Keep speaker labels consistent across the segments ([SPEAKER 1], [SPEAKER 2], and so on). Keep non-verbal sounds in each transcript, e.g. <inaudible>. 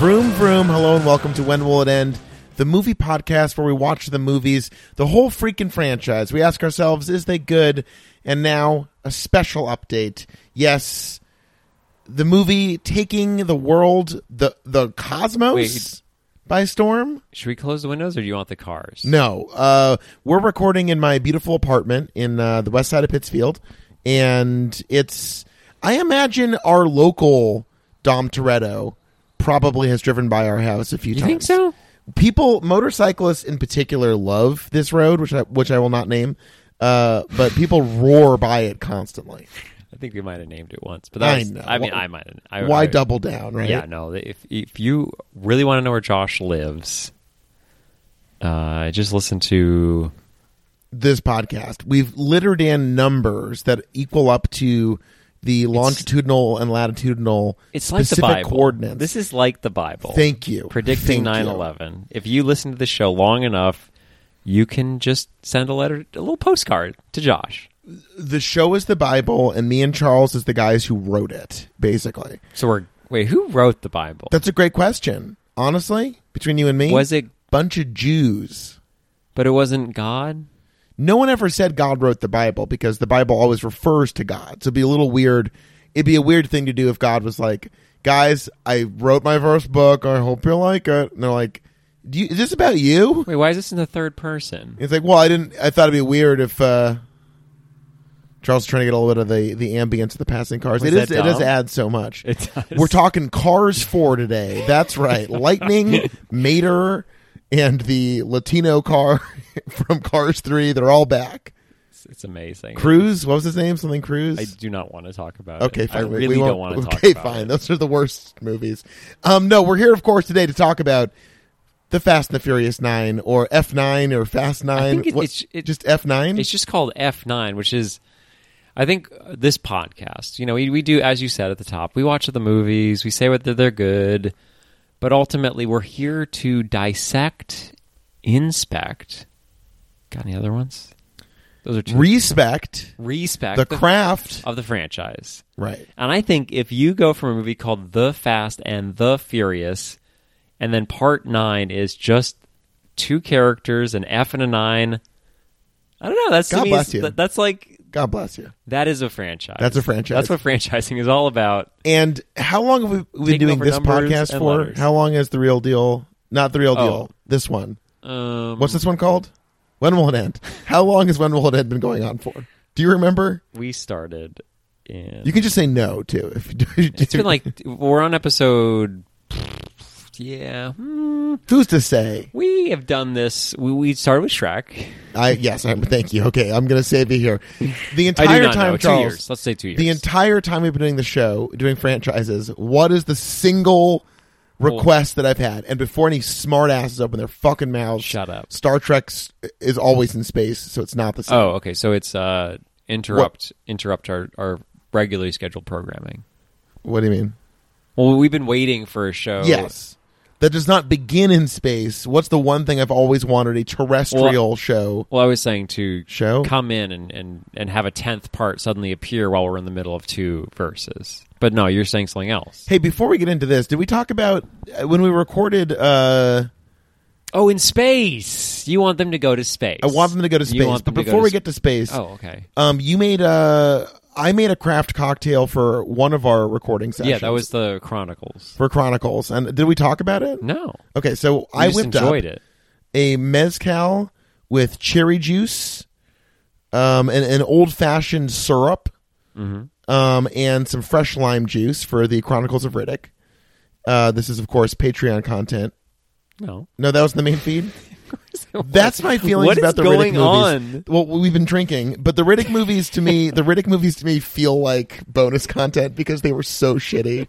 [SPEAKER 1] Vroom vroom. Hello and welcome to When Will It End? The movie podcast where we watch the movies, the whole freaking franchise. We ask ourselves, is they good? And now a special update. Yes, the movie taking the world, the the cosmos
[SPEAKER 2] Wait.
[SPEAKER 1] by storm.
[SPEAKER 2] Should we close the windows or do you want the cars?
[SPEAKER 1] No, uh, we're recording in my beautiful apartment in uh, the west side of Pittsfield, and it's. I imagine our local Dom Toretto probably has driven by our house a few
[SPEAKER 2] You
[SPEAKER 1] times.
[SPEAKER 2] think so?
[SPEAKER 1] People, motorcyclists in particular, love this road, which I, which I will not name. Uh, but people roar by it constantly.
[SPEAKER 2] I think we might have named it once, but that
[SPEAKER 1] I
[SPEAKER 2] was-
[SPEAKER 1] know.
[SPEAKER 2] I mean,
[SPEAKER 1] Why-
[SPEAKER 2] I might. have- I,
[SPEAKER 1] Why
[SPEAKER 2] I-
[SPEAKER 1] double down, right?
[SPEAKER 2] Yeah, no. If if you really want to know where Josh lives, uh, just listen to.
[SPEAKER 1] This podcast, we've littered in numbers that equal up to the longitudinal and latitudinal
[SPEAKER 2] It's like
[SPEAKER 1] specific
[SPEAKER 2] the Bible.
[SPEAKER 1] coordinates.
[SPEAKER 2] This is like the Bible.
[SPEAKER 1] Thank you.
[SPEAKER 2] Predicting
[SPEAKER 1] Thank you.
[SPEAKER 2] 9/11. If you listen to the show long enough, you can just send a letter, a little postcard to Josh.
[SPEAKER 1] the show is the Bible, and me and Charles is the guys who wrote it. Basically,
[SPEAKER 2] So we're wait. Who wrote the Bible?
[SPEAKER 1] that's a great question. Honestly, between you and me,
[SPEAKER 2] Was it?
[SPEAKER 1] bunch of Jews?
[SPEAKER 2] But it wasn't God.
[SPEAKER 1] No one ever said God wrote the Bible because the Bible always refers to God. So it'd be a little weird. It'd be a weird thing to do if God was like, "Guys, I wrote my first book. I hope you like it." And they're like, do you, "Is this about you?"
[SPEAKER 2] Wait, why is this in the third person?
[SPEAKER 1] It's like, well, I didn't. I thought it'd be weird if uh, Charles is trying to get a little bit of the the ambience of the passing cars.
[SPEAKER 2] Was
[SPEAKER 1] it is.
[SPEAKER 2] that
[SPEAKER 1] It does
[SPEAKER 2] dumb?
[SPEAKER 1] add so much.
[SPEAKER 2] It does.
[SPEAKER 1] We're talking Cars Four today. That's
[SPEAKER 2] <laughs>
[SPEAKER 1] right. Lightning, Mater, and the Latino car <laughs> from Cars Three. They're all back.
[SPEAKER 2] It's, it's amazing.
[SPEAKER 1] Cruz. What was his name? Something Cruz.
[SPEAKER 2] I do not want to talk about it.
[SPEAKER 1] Okay, fine.
[SPEAKER 2] I
[SPEAKER 1] We-
[SPEAKER 2] really
[SPEAKER 1] we
[SPEAKER 2] don't
[SPEAKER 1] won't-
[SPEAKER 2] want to talk
[SPEAKER 1] Okay,
[SPEAKER 2] about
[SPEAKER 1] fine.
[SPEAKER 2] it.
[SPEAKER 1] Those are the worst movies. Um, no, we're here, of course, today to talk about the Fast and the Furious Nine, or F Nine, or Fast Nine.
[SPEAKER 2] think it-
[SPEAKER 1] What-
[SPEAKER 2] it's- it-
[SPEAKER 1] just F Nine.
[SPEAKER 2] It's just called F9, which is, I think, uh, this podcast. You know, we, we do, as you said at the top, we watch the movies, we say whether they're good, but ultimately we're here to dissect, inspect. Got any other ones? Those are two.
[SPEAKER 1] Respect
[SPEAKER 2] respect
[SPEAKER 1] the craft.
[SPEAKER 2] of the franchise.
[SPEAKER 1] Right.
[SPEAKER 2] And I think if you go from a movie called The Fast and The Furious, and then part nine is just two characters, an F and a nine. I don't know. That's to
[SPEAKER 1] God
[SPEAKER 2] me,
[SPEAKER 1] bless
[SPEAKER 2] is-
[SPEAKER 1] you.
[SPEAKER 2] that- that's like
[SPEAKER 1] God bless you.
[SPEAKER 2] that is a franchise.
[SPEAKER 1] That's a franchise.
[SPEAKER 2] That's what franchising is all about.
[SPEAKER 1] And how long have we been
[SPEAKER 2] Taking
[SPEAKER 1] doing
[SPEAKER 2] over
[SPEAKER 1] this
[SPEAKER 2] numbers
[SPEAKER 1] podcast
[SPEAKER 2] and
[SPEAKER 1] for?
[SPEAKER 2] letters.
[SPEAKER 1] How long is the real deal? Not the real
[SPEAKER 2] Oh.
[SPEAKER 1] deal. This one.
[SPEAKER 2] Um,
[SPEAKER 1] What's this one called? When will it end? How long has when will it end been going on for? Do you remember?
[SPEAKER 2] we started? In,
[SPEAKER 1] You can just say no too. If you do.
[SPEAKER 2] it's been like we're on episode. Yeah, hmm,
[SPEAKER 1] who's to say?
[SPEAKER 2] we have done this. We, we started with Shrek.
[SPEAKER 1] I yes. I'm, thank you. Okay, I'm going to save you here. The entire
[SPEAKER 2] <laughs> I do not
[SPEAKER 1] time,
[SPEAKER 2] know.
[SPEAKER 1] Charles.
[SPEAKER 2] two years. Let's say two years.
[SPEAKER 1] The entire time we've been doing the show, doing franchises, what is the single request that I've had? And before any smart asses open their fucking mouths,
[SPEAKER 2] Shut up.
[SPEAKER 1] Star Trek is always in space, so it's not the same.
[SPEAKER 2] Oh, okay. So it's uh, interrupt interrupt our, our regularly scheduled programming.
[SPEAKER 1] What do you mean?
[SPEAKER 2] Well, we've been waiting for a show.
[SPEAKER 1] Yes. That does not begin in space. What's the one thing I've always wanted? A terrestrial show.
[SPEAKER 2] Well, I was saying to
[SPEAKER 1] Show?
[SPEAKER 2] come in and, and, and have a tenth part suddenly appear while we're in the middle of two verses. But no, you're saying something else.
[SPEAKER 1] Hey, before we get into this, did we talk about uh, when we recorded? Uh,
[SPEAKER 2] Oh, in space. You want them to go to space.
[SPEAKER 1] I want them to go to
[SPEAKER 2] You
[SPEAKER 1] space,
[SPEAKER 2] want
[SPEAKER 1] but
[SPEAKER 2] them to go
[SPEAKER 1] before
[SPEAKER 2] to
[SPEAKER 1] we
[SPEAKER 2] sp-
[SPEAKER 1] get to space,
[SPEAKER 2] Oh, okay.
[SPEAKER 1] um, you made a. I made a craft cocktail for one of our recording sessions.
[SPEAKER 2] Yeah, that was the Chronicles.
[SPEAKER 1] for Chronicles. And did we talk about it?
[SPEAKER 2] No.
[SPEAKER 1] Okay, so I
[SPEAKER 2] I just
[SPEAKER 1] whipped
[SPEAKER 2] enjoyed
[SPEAKER 1] up
[SPEAKER 2] it.
[SPEAKER 1] a mezcal with cherry juice, um, and an old fashioned syrup,
[SPEAKER 2] Mm-hmm.
[SPEAKER 1] um, and some fresh lime juice for the Chronicles of Riddick. Uh, this is, of course, Patreon content.
[SPEAKER 2] No. <laughs>
[SPEAKER 1] No, that was the main feed. That's my feelings
[SPEAKER 2] What is
[SPEAKER 1] about the Riddick
[SPEAKER 2] going
[SPEAKER 1] movies.
[SPEAKER 2] on?
[SPEAKER 1] Well, we've been drinking, but the Riddick movies to me, the Riddick movies to me feel like bonus content because they were so shitty.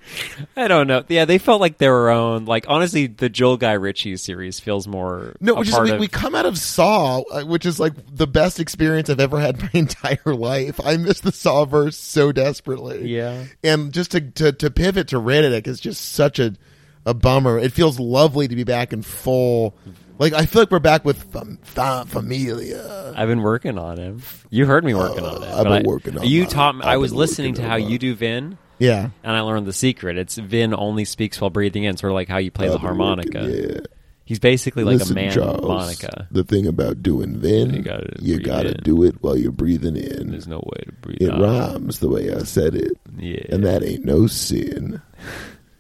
[SPEAKER 2] I don't know. Yeah, they felt like their own. Like honestly, the Joel Guy Ritchie series feels more
[SPEAKER 1] No,
[SPEAKER 2] a
[SPEAKER 1] which is
[SPEAKER 2] part
[SPEAKER 1] we,
[SPEAKER 2] of-
[SPEAKER 1] we come out of Saw, uh, which is like the best experience I've ever had in my <laughs> entire life. I miss the Sawverse so desperately.
[SPEAKER 2] Yeah.
[SPEAKER 1] and just to to, to pivot to Riddick is just such a a bummer. It feels lovely to be back in full. Like I feel like we're back with fam, fam, familia.
[SPEAKER 2] I've been working on him. You heard me working on it.
[SPEAKER 1] Uh, I've
[SPEAKER 2] but
[SPEAKER 1] been
[SPEAKER 2] I-
[SPEAKER 1] working on
[SPEAKER 2] You
[SPEAKER 1] mine.
[SPEAKER 2] taught. me-
[SPEAKER 1] I've
[SPEAKER 2] I was
[SPEAKER 1] been
[SPEAKER 2] listening
[SPEAKER 1] working
[SPEAKER 2] to
[SPEAKER 1] on
[SPEAKER 2] how
[SPEAKER 1] mine.
[SPEAKER 2] you do Vin,
[SPEAKER 1] Yeah.
[SPEAKER 2] and I learned the secret. It's Vin only speaks while breathing in, sort of like how you play the harmonica. He's basically like a man harmonica.
[SPEAKER 1] The thing about doing then,
[SPEAKER 2] You gotta breathe in.
[SPEAKER 1] do it while you're breathing in.
[SPEAKER 2] There's no way to breathe
[SPEAKER 1] it
[SPEAKER 2] out.
[SPEAKER 1] rhymes the way I said it,
[SPEAKER 2] Yeah,
[SPEAKER 1] and that ain't no sin.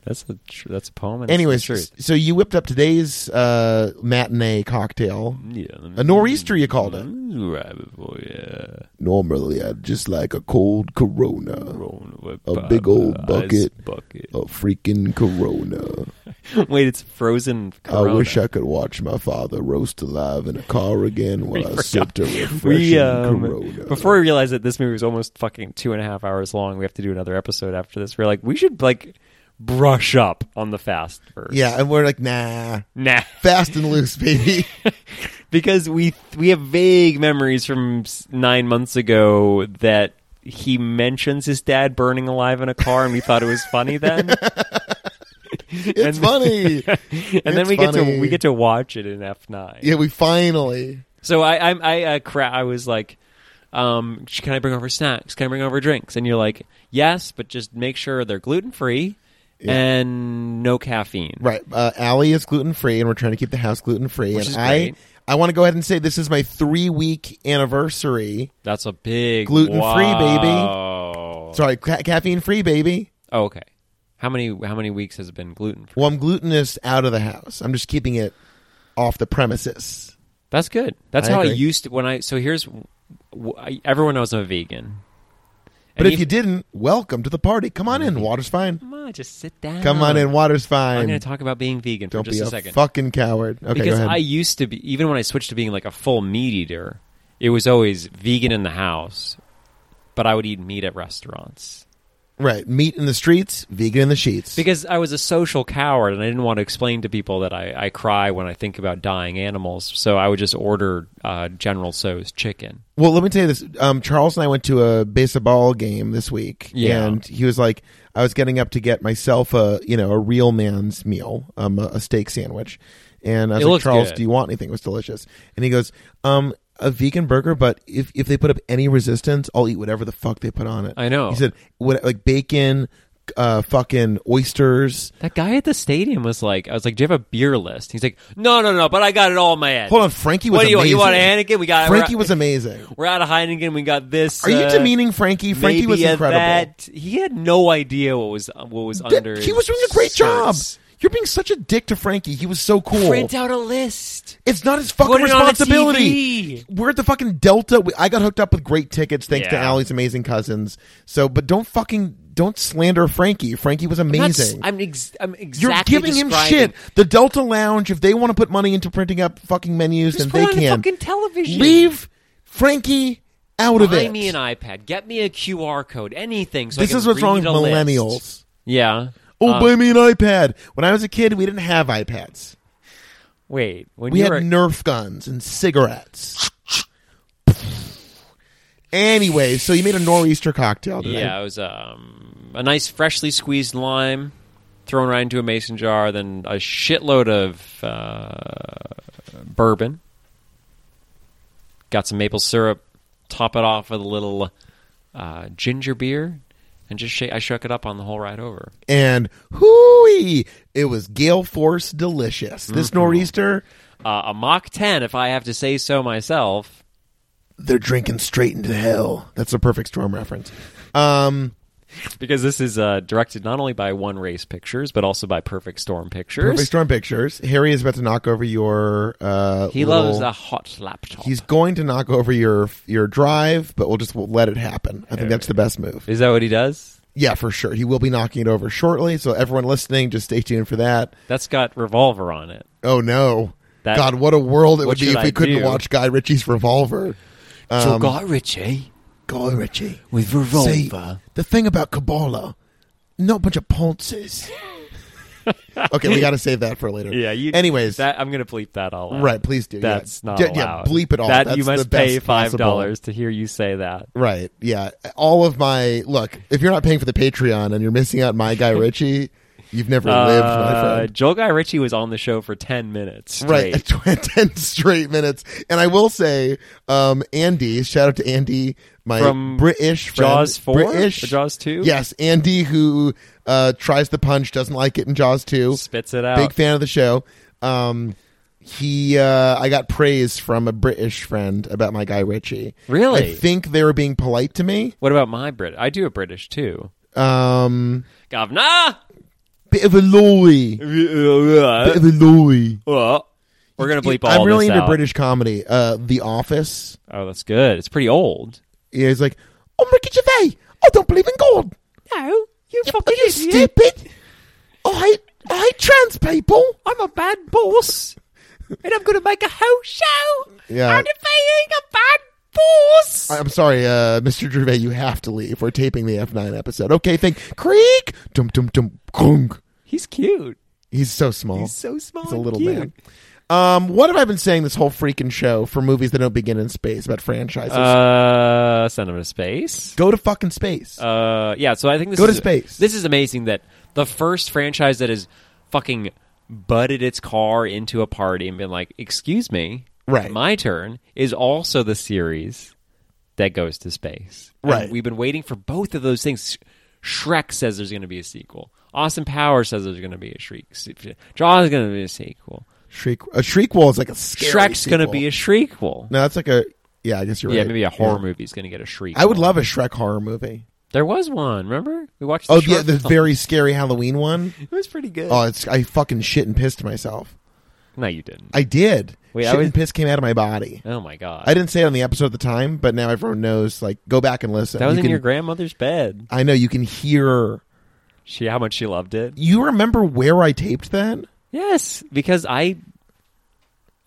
[SPEAKER 2] that's a tr- that's a poem. And
[SPEAKER 1] Anyways,
[SPEAKER 2] it's the truth.
[SPEAKER 1] so you whipped up today's uh, matinee cocktail,
[SPEAKER 2] yeah,
[SPEAKER 1] a nor'easter. You called
[SPEAKER 2] Mm-hmm.
[SPEAKER 1] it.
[SPEAKER 2] right before yeah,
[SPEAKER 1] Normally, I'd just like a cold Corona,
[SPEAKER 2] Rolling with
[SPEAKER 1] A
[SPEAKER 2] Bob,
[SPEAKER 1] big old
[SPEAKER 2] ice
[SPEAKER 1] bucket.
[SPEAKER 2] bucket.
[SPEAKER 1] a freaking Corona.
[SPEAKER 2] <laughs> Wait, it's frozen. Corona.
[SPEAKER 1] I wish I could watch my father roast alive in a car again
[SPEAKER 2] <laughs>
[SPEAKER 1] while I sipped a refreshing
[SPEAKER 2] we um,
[SPEAKER 1] Corona.
[SPEAKER 2] before we realized that this movie was almost fucking two and a half hours long. We have to do another episode after this. We're like, we should like brush up on the fast verse.
[SPEAKER 1] yeah, and we're like, nah,
[SPEAKER 2] <laughs> nah,
[SPEAKER 1] fast and loose,
[SPEAKER 2] <laughs>
[SPEAKER 1] baby.
[SPEAKER 2] because we we have vague memories from s- nine months ago that he mentions his dad burning alive in a car, and we thought it was
[SPEAKER 1] <laughs>
[SPEAKER 2] funny then.
[SPEAKER 1] It's
[SPEAKER 2] <laughs>
[SPEAKER 1] funny.
[SPEAKER 2] and then
[SPEAKER 1] It's
[SPEAKER 2] we get
[SPEAKER 1] funny.
[SPEAKER 2] to we get to watch it in F nine.
[SPEAKER 1] yeah, we finally.
[SPEAKER 2] So I I I uh, cra- I was like, um, "Sh- can I bring over snacks? Can I bring over drinks? And you're like, yes, but just make sure they're gluten free
[SPEAKER 1] Yeah.
[SPEAKER 2] and no caffeine.
[SPEAKER 1] Right. Uh, Allie is gluten free, and we're trying to keep the house gluten free.
[SPEAKER 2] Which
[SPEAKER 1] And
[SPEAKER 2] is
[SPEAKER 1] I,
[SPEAKER 2] great.
[SPEAKER 1] I want to go ahead and say this is my three week anniversary.
[SPEAKER 2] That's a big
[SPEAKER 1] Gluten-free, baby.
[SPEAKER 2] wow.
[SPEAKER 1] Sorry, ca- caffeine free, baby.
[SPEAKER 2] Oh, okay. How many how many weeks has it been gluten free?
[SPEAKER 1] Well, I'm glutenous out of the house. I'm just keeping it off the premises.
[SPEAKER 2] That's good. That's
[SPEAKER 1] I
[SPEAKER 2] how I
[SPEAKER 1] agree.
[SPEAKER 2] used to when I. So here's w- I- everyone knows I'm a vegan.
[SPEAKER 1] But
[SPEAKER 2] And
[SPEAKER 1] if you didn't, welcome to the party. Come on in. Water's fine.
[SPEAKER 2] come on, just sit down.
[SPEAKER 1] Come on in. Water's
[SPEAKER 2] I'm going
[SPEAKER 1] fine.
[SPEAKER 2] to talk about being vegan
[SPEAKER 1] Don't
[SPEAKER 2] for just
[SPEAKER 1] be
[SPEAKER 2] a
[SPEAKER 1] a
[SPEAKER 2] second.
[SPEAKER 1] fucking coward. Okay,
[SPEAKER 2] because
[SPEAKER 1] go
[SPEAKER 2] I
[SPEAKER 1] ahead.
[SPEAKER 2] used to be even when I switched to being like a full meat eater, it was always vegan in the house, but I would eat meat at restaurants
[SPEAKER 1] right. Meat in the streets, vegan in the sheets.
[SPEAKER 2] because I was a social coward and I didn't want to explain to people that I, I cry when I think about dying animals. So I would just order uh, General So's chicken.
[SPEAKER 1] Well, let me tell you this. Um, Charles and I went to a baseball game this week,
[SPEAKER 2] Yeah.
[SPEAKER 1] and he was like, "I was getting up to get myself a you know a real man's meal, um, a, a steak sandwich," and I was
[SPEAKER 2] It
[SPEAKER 1] like,
[SPEAKER 2] looks
[SPEAKER 1] "Charles,
[SPEAKER 2] good.
[SPEAKER 1] do you want anything?" It was delicious, and he goes, "Um, a vegan burger, but if if they put up any resistance, I'll eat whatever the fuck they put on it."
[SPEAKER 2] I know.
[SPEAKER 1] He said, "What like bacon, uh, fucking oysters."
[SPEAKER 2] That guy at the stadium was like, I was like, do you have a beer list? He's like, no, no, no, but I got it all in my head.
[SPEAKER 1] Hold on, Frankie was
[SPEAKER 2] What do you want?
[SPEAKER 1] amazing.
[SPEAKER 2] You want a Heineken? We got
[SPEAKER 1] Frankie
[SPEAKER 2] we're,
[SPEAKER 1] was amazing.
[SPEAKER 2] We're out of Heineken. We got this.
[SPEAKER 1] Are you
[SPEAKER 2] uh,
[SPEAKER 1] demeaning Frankie? Frankie
[SPEAKER 2] maybe
[SPEAKER 1] was
[SPEAKER 2] at
[SPEAKER 1] incredible.
[SPEAKER 2] That, he had no idea what was what was
[SPEAKER 1] That-
[SPEAKER 2] under.
[SPEAKER 1] he
[SPEAKER 2] his
[SPEAKER 1] was doing a great
[SPEAKER 2] skirts.
[SPEAKER 1] job. You're being such a dick to Frankie. He was so cool.
[SPEAKER 2] Print out a list.
[SPEAKER 1] it's not his fucking
[SPEAKER 2] Put it on a
[SPEAKER 1] responsibility.
[SPEAKER 2] TV.
[SPEAKER 1] We're at the fucking Delta. We- I got hooked up with great tickets thanks to
[SPEAKER 2] Yeah.
[SPEAKER 1] Allie's amazing cousins. So, but don't fucking don't slander Frankie. Frankie was
[SPEAKER 2] I'm not-
[SPEAKER 1] amazing.
[SPEAKER 2] I'm, ex- I'm exactly.
[SPEAKER 1] You're giving him
[SPEAKER 2] describing-
[SPEAKER 1] shit. The Delta Lounge, if they want to put money into printing up fucking menus, then
[SPEAKER 2] Just put
[SPEAKER 1] they
[SPEAKER 2] it on the
[SPEAKER 1] can.
[SPEAKER 2] fucking television.
[SPEAKER 1] Leave Frankie out of
[SPEAKER 2] Buy
[SPEAKER 1] it.
[SPEAKER 2] me an iPad. Get me a QR code. Anything. So I
[SPEAKER 1] this
[SPEAKER 2] can
[SPEAKER 1] is what's wrong with
[SPEAKER 2] read a list.
[SPEAKER 1] millennials.
[SPEAKER 2] Yeah.
[SPEAKER 1] Oh,
[SPEAKER 2] Uh,
[SPEAKER 1] buy me an iPad. When I was a kid, we didn't have iPads.
[SPEAKER 2] wait. When
[SPEAKER 1] We
[SPEAKER 2] you
[SPEAKER 1] had
[SPEAKER 2] were a-
[SPEAKER 1] Nerf guns and cigarettes. anyway, so you made a nor'easter cocktail today.
[SPEAKER 2] yeah, it was um, a nice freshly squeezed lime thrown right into a mason jar, then a shitload of uh, bourbon. Got some maple syrup. Top it off with a little uh, ginger beer, and just shake. I shook it up on the whole ride over.
[SPEAKER 1] And hooey, it was gale force delicious.
[SPEAKER 2] Mm-hmm.
[SPEAKER 1] This nor'easter,
[SPEAKER 2] Uh, a Mach 10, if I have to say so myself.
[SPEAKER 1] they're drinking straight into hell. That's a perfect storm reference. Um,
[SPEAKER 2] Because this is uh, directed not only by One Race Pictures, but also by Perfect Storm Pictures.
[SPEAKER 1] perfect storm pictures. Harry is about to knock over your. Uh,
[SPEAKER 2] he
[SPEAKER 1] little-
[SPEAKER 2] loves a hot laptop.
[SPEAKER 1] He's going to knock over your your drive, but we'll just we'll let it happen. I think that's the best move.
[SPEAKER 2] Is that what he does?
[SPEAKER 1] Yeah, for sure. He will be knocking it over shortly. So everyone listening, just stay tuned for that.
[SPEAKER 2] That's got Revolver on it.
[SPEAKER 1] Oh no.
[SPEAKER 2] That-
[SPEAKER 1] God, what a world it
[SPEAKER 2] What
[SPEAKER 1] would be
[SPEAKER 2] should
[SPEAKER 1] if we
[SPEAKER 2] I
[SPEAKER 1] couldn't
[SPEAKER 2] do?
[SPEAKER 1] watch Guy Ritchie's Revolver. Um,
[SPEAKER 2] so Guy Ritchie
[SPEAKER 1] Guy Ritchie.
[SPEAKER 2] with
[SPEAKER 1] See, the thing about Kabbalah, not a bunch of ponces. <laughs> okay, we got to save that for later.
[SPEAKER 2] yeah. You,
[SPEAKER 1] Anyways,
[SPEAKER 2] that, I'm gonna bleep that all. out.
[SPEAKER 1] Right, please do, yeah.
[SPEAKER 2] That's not
[SPEAKER 1] Yeah, yeah,
[SPEAKER 2] allowed.
[SPEAKER 1] bleep it all.
[SPEAKER 2] That
[SPEAKER 1] That's
[SPEAKER 2] you must
[SPEAKER 1] the best
[SPEAKER 2] pay five
[SPEAKER 1] possible.
[SPEAKER 2] dollars to hear you say that.
[SPEAKER 1] right, yeah. All of my look. If you're not paying for the Patreon and you're missing out, on my Guy Ritchie. You've never lived, my
[SPEAKER 2] Uh,
[SPEAKER 1] friend.
[SPEAKER 2] Joel Guy Ritchie was on the show for 10 minutes. Straight.
[SPEAKER 1] Right, <laughs> 10 straight minutes. And I will say, um, Andy, shout out to Andy, my
[SPEAKER 2] From
[SPEAKER 1] British friend.
[SPEAKER 2] Jaws 4?
[SPEAKER 1] British.
[SPEAKER 2] Or Jaws 2?
[SPEAKER 1] Yes, Andy, who uh, tries the punch, doesn't like it in Jaws 2.
[SPEAKER 2] Spits it out.
[SPEAKER 1] Big fan of the show. Um, he, uh, I got praise from a British friend about my guy Ritchie.
[SPEAKER 2] Really?
[SPEAKER 1] I think they were being polite to me.
[SPEAKER 2] what about my Brit? I do a British too.
[SPEAKER 1] Um, <laughs>
[SPEAKER 2] Governor!
[SPEAKER 1] bit of a loy. Bit
[SPEAKER 2] Well,
[SPEAKER 1] of a loy.
[SPEAKER 2] We're going to bleep all
[SPEAKER 1] I'm really
[SPEAKER 2] this
[SPEAKER 1] into
[SPEAKER 2] out.
[SPEAKER 1] British comedy. Uh, The Office.
[SPEAKER 2] Oh, that's good. It's pretty old.
[SPEAKER 1] Yeah, he's like, "Oh, Ricky Gervais, I don't believe in God.
[SPEAKER 2] No, you
[SPEAKER 1] You, are you stupid? I hate, I hate trans people.
[SPEAKER 2] I'm a bad boss, and I'm going to make a whole show
[SPEAKER 1] Yeah.
[SPEAKER 2] out of being a bad boss.
[SPEAKER 1] I- I'm sorry, uh, Mr. Gervais, you have to leave. We're taping the F9 episode. Okay, thank Creek. Dum dum dum. Krunk.
[SPEAKER 2] He's cute.
[SPEAKER 1] He's so small.
[SPEAKER 2] He's so small.
[SPEAKER 1] Oh, He's a little
[SPEAKER 2] cute.
[SPEAKER 1] man. Um, what have I been saying this whole freaking show for movies that don't begin in space about franchises?
[SPEAKER 2] Uh, send him to space.
[SPEAKER 1] Go to fucking space.
[SPEAKER 2] Uh, yeah. So I think this
[SPEAKER 1] Go to
[SPEAKER 2] is-
[SPEAKER 1] space.
[SPEAKER 2] This is amazing that the first franchise that has fucking butted its car into a party and been like, "Excuse me,
[SPEAKER 1] Right.
[SPEAKER 2] My turn." Is also the series that goes to space. And
[SPEAKER 1] Right.
[SPEAKER 2] we've been waiting for both of those things. Shrek says there's going to be a sequel. Austin Powers says there's going to be a shriek. Jaws is going to be a sequel.
[SPEAKER 1] Shriek. A shriek wall is like a scary
[SPEAKER 2] Shrek's going to
[SPEAKER 1] sequel.
[SPEAKER 2] be a shriekwell.
[SPEAKER 1] No, that's like a. Yeah, I guess you're
[SPEAKER 2] Yeah,
[SPEAKER 1] right.
[SPEAKER 2] maybe a horror
[SPEAKER 1] Yeah.
[SPEAKER 2] movie is going to get a shriek.
[SPEAKER 1] I would love a Shrek horror movie.
[SPEAKER 2] There was one. Remember we watched. The
[SPEAKER 1] Oh yeah,
[SPEAKER 2] short
[SPEAKER 1] the
[SPEAKER 2] film.
[SPEAKER 1] very scary Halloween one.
[SPEAKER 2] <laughs> It was pretty good.
[SPEAKER 1] Oh, it's I fucking shit and pissed myself.
[SPEAKER 2] no, you didn't.
[SPEAKER 1] I did.
[SPEAKER 2] Wait,
[SPEAKER 1] shit
[SPEAKER 2] I was-
[SPEAKER 1] and piss came out of my body.
[SPEAKER 2] oh my god,
[SPEAKER 1] I didn't say it on the episode at the time, but now everyone knows. Like, go back and listen.
[SPEAKER 2] that was
[SPEAKER 1] You
[SPEAKER 2] in
[SPEAKER 1] can-
[SPEAKER 2] your grandmother's bed.
[SPEAKER 1] I know you can hear.
[SPEAKER 2] She how much she loved it.
[SPEAKER 1] You remember where I taped that?
[SPEAKER 2] Yes, because I,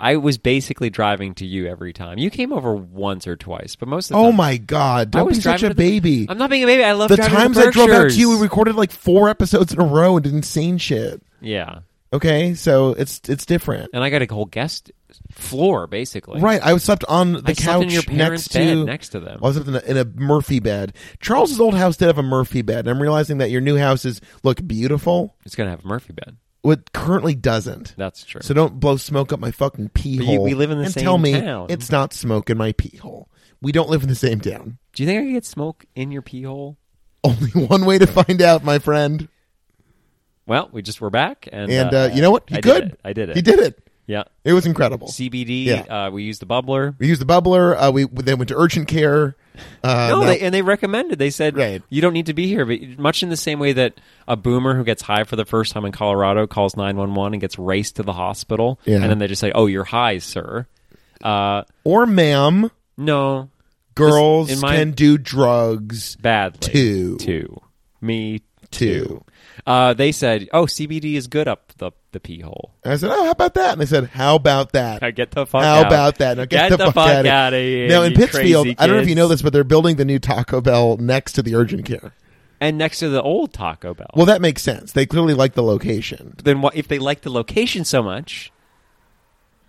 [SPEAKER 2] I was basically driving to you every time. You came over once or twice, but most of the
[SPEAKER 1] Oh
[SPEAKER 2] time,
[SPEAKER 1] my god!
[SPEAKER 2] I
[SPEAKER 1] Don't
[SPEAKER 2] was
[SPEAKER 1] be such
[SPEAKER 2] driving
[SPEAKER 1] a
[SPEAKER 2] to the-
[SPEAKER 1] baby.
[SPEAKER 2] I'm not being a baby. I love
[SPEAKER 1] the
[SPEAKER 2] driving to
[SPEAKER 1] times I drove out to you, we
[SPEAKER 2] Berkshires.
[SPEAKER 1] recorded like four episodes in a row and did insane shit.
[SPEAKER 2] yeah,
[SPEAKER 1] Okay, so it's it's different,
[SPEAKER 2] and I got a whole guest floor basically.
[SPEAKER 1] right? I slept on the
[SPEAKER 2] I
[SPEAKER 1] couch
[SPEAKER 2] slept in your parents'
[SPEAKER 1] next
[SPEAKER 2] bed
[SPEAKER 1] to
[SPEAKER 2] next to them.
[SPEAKER 1] I was up in a, in a Murphy bed. Charles's old house did have a Murphy bed, and I'm realizing that your new houses look beautiful.
[SPEAKER 2] It's gonna have a Murphy bed.
[SPEAKER 1] What currently doesn't.
[SPEAKER 2] That's true.
[SPEAKER 1] So don't blow smoke up my fucking pee
[SPEAKER 2] But you-
[SPEAKER 1] hole.
[SPEAKER 2] we live in the
[SPEAKER 1] and
[SPEAKER 2] same
[SPEAKER 1] tell me
[SPEAKER 2] town.
[SPEAKER 1] it's not smoke in my pee hole. We don't live in the same town. <laughs>
[SPEAKER 2] Do you think I could get smoke in your pee hole?
[SPEAKER 1] Only one way to find out, my friend.
[SPEAKER 2] Well, we just were back, and
[SPEAKER 1] And uh, you know what? He
[SPEAKER 2] I
[SPEAKER 1] could.
[SPEAKER 2] Did it. I did it.
[SPEAKER 1] He did it.
[SPEAKER 2] Yeah.
[SPEAKER 1] It was incredible.
[SPEAKER 2] CBD.
[SPEAKER 1] Yeah.
[SPEAKER 2] Uh, we used the bubbler.
[SPEAKER 1] we used the bubbler. Uh, we we then went to urgent care. Uh,
[SPEAKER 2] No,
[SPEAKER 1] now-
[SPEAKER 2] they, and they recommended. They said
[SPEAKER 1] Right.
[SPEAKER 2] you don't need to be here, but much in the same way that a boomer who gets high for the first time in Colorado calls nine one one and gets raced to the hospital,
[SPEAKER 1] Yeah.
[SPEAKER 2] and then they just say, "Oh, you're high, sir." Uh,
[SPEAKER 1] or ma'am,
[SPEAKER 2] no,
[SPEAKER 1] girls
[SPEAKER 2] in my-
[SPEAKER 1] can do drugs
[SPEAKER 2] badly.
[SPEAKER 1] Two.
[SPEAKER 2] two, me
[SPEAKER 1] too.
[SPEAKER 2] Uh, they said, "Oh, CBD is good up the the pee hole."
[SPEAKER 1] And I said, "Oh, how about that?" And they said, "How about that?"
[SPEAKER 2] Now get the fuck
[SPEAKER 1] how
[SPEAKER 2] out.
[SPEAKER 1] about that? Now
[SPEAKER 2] Get the fuck
[SPEAKER 1] outta
[SPEAKER 2] outta here,
[SPEAKER 1] Now in
[SPEAKER 2] you
[SPEAKER 1] Pittsfield,
[SPEAKER 2] crazy
[SPEAKER 1] I don't know if you
[SPEAKER 2] kids.
[SPEAKER 1] know this, but they're building the new Taco Bell next to the urgent care.
[SPEAKER 2] and next to the old Taco Bell.
[SPEAKER 1] Well, that makes sense. They clearly like the location.
[SPEAKER 2] then why, if they like the location so much,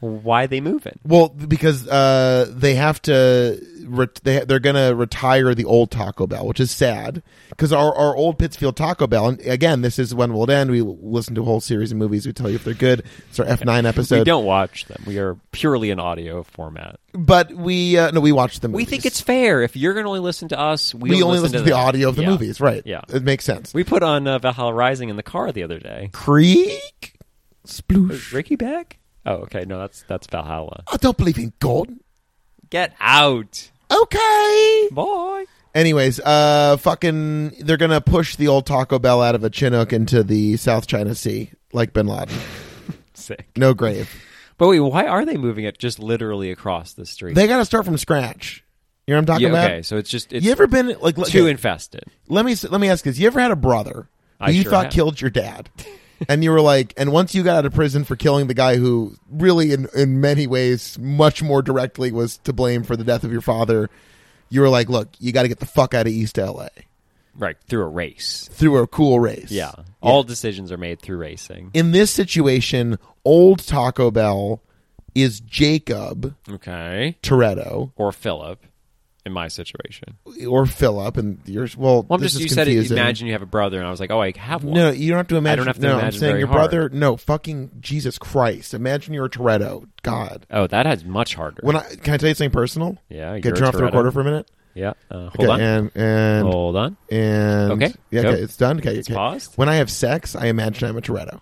[SPEAKER 2] why they moving?
[SPEAKER 1] Well, because uh, they have to, ret- they they're gonna retire the old Taco Bell, which is sad. Because our, our old Pittsfield Taco Bell, and again, this is when we'll end. We listen to a whole series of movies. We tell you if they're good. It's our F nine episode.
[SPEAKER 2] we don't watch them. We are purely an audio format.
[SPEAKER 1] but we uh, no, we watch the movies.
[SPEAKER 2] We think it's fair. If you're going to only listen to us, we,
[SPEAKER 1] we only listen to the
[SPEAKER 2] them.
[SPEAKER 1] audio of the
[SPEAKER 2] Yeah.
[SPEAKER 1] movies, right?
[SPEAKER 2] Yeah.
[SPEAKER 1] it makes sense.
[SPEAKER 2] We put on uh, Valhalla Rising in the car the other day.
[SPEAKER 1] Creek sploosh.
[SPEAKER 2] Is Ricky back? Oh, okay. No, that's that's Valhalla.
[SPEAKER 1] I don't believe in God.
[SPEAKER 2] Get out.
[SPEAKER 1] Okay.
[SPEAKER 2] Boy.
[SPEAKER 1] Anyways, uh, fucking, they're gonna push the old Taco Bell out of a Chinook into the South China Sea, like Bin Laden.
[SPEAKER 2] Sick.
[SPEAKER 1] No grave.
[SPEAKER 2] But wait, why are they moving it just literally across the street?
[SPEAKER 1] They got to start from scratch. You know what I'm talking
[SPEAKER 2] yeah,
[SPEAKER 1] about?
[SPEAKER 2] okay, so it's just it's
[SPEAKER 1] you ever been like? let-
[SPEAKER 2] too
[SPEAKER 1] okay,
[SPEAKER 2] infested.
[SPEAKER 1] let me s- let me ask this. You ever had a brother who
[SPEAKER 2] I
[SPEAKER 1] you
[SPEAKER 2] sure
[SPEAKER 1] thought
[SPEAKER 2] have.
[SPEAKER 1] killed your
[SPEAKER 2] <laughs>
[SPEAKER 1] dad, and you were like, and once you got out of prison for killing the guy who really, in in many ways, much more directly was to blame for the death of your father, you were like, look, you got to get the fuck out of East LA
[SPEAKER 2] Right, through a race.
[SPEAKER 1] through a cool race.
[SPEAKER 2] Yeah. All decisions are made through racing.
[SPEAKER 1] In this situation, old Taco Bell is Jacob
[SPEAKER 2] Okay.
[SPEAKER 1] Toretto,
[SPEAKER 2] Or Philip. in my situation.
[SPEAKER 1] or Philip and yours. Well,
[SPEAKER 2] Well, I'm
[SPEAKER 1] this
[SPEAKER 2] just you
[SPEAKER 1] is
[SPEAKER 2] said
[SPEAKER 1] confusing.
[SPEAKER 2] imagine you have a brother, and I was like, oh, I have one.
[SPEAKER 1] No, you don't have to imagine.
[SPEAKER 2] have to
[SPEAKER 1] no, I'm
[SPEAKER 2] imagine
[SPEAKER 1] saying
[SPEAKER 2] very
[SPEAKER 1] your
[SPEAKER 2] hard.
[SPEAKER 1] brother. No, fucking Jesus Christ! Imagine you're a Toretto. God,
[SPEAKER 2] Oh, that has much harder.
[SPEAKER 1] when I can I tell you something personal?
[SPEAKER 2] yeah,
[SPEAKER 1] Okay,
[SPEAKER 2] you're
[SPEAKER 1] turn
[SPEAKER 2] a
[SPEAKER 1] off the
[SPEAKER 2] Toretto.
[SPEAKER 1] recorder for a minute.
[SPEAKER 2] Yeah, uh, hold
[SPEAKER 1] Okay,
[SPEAKER 2] on,
[SPEAKER 1] and and
[SPEAKER 2] hold on.
[SPEAKER 1] and
[SPEAKER 2] Okay,
[SPEAKER 1] yeah,
[SPEAKER 2] go.
[SPEAKER 1] okay, it's done. Okay,
[SPEAKER 2] It's
[SPEAKER 1] okay.
[SPEAKER 2] paused?
[SPEAKER 1] When I have sex, I imagine I'm a Toretto.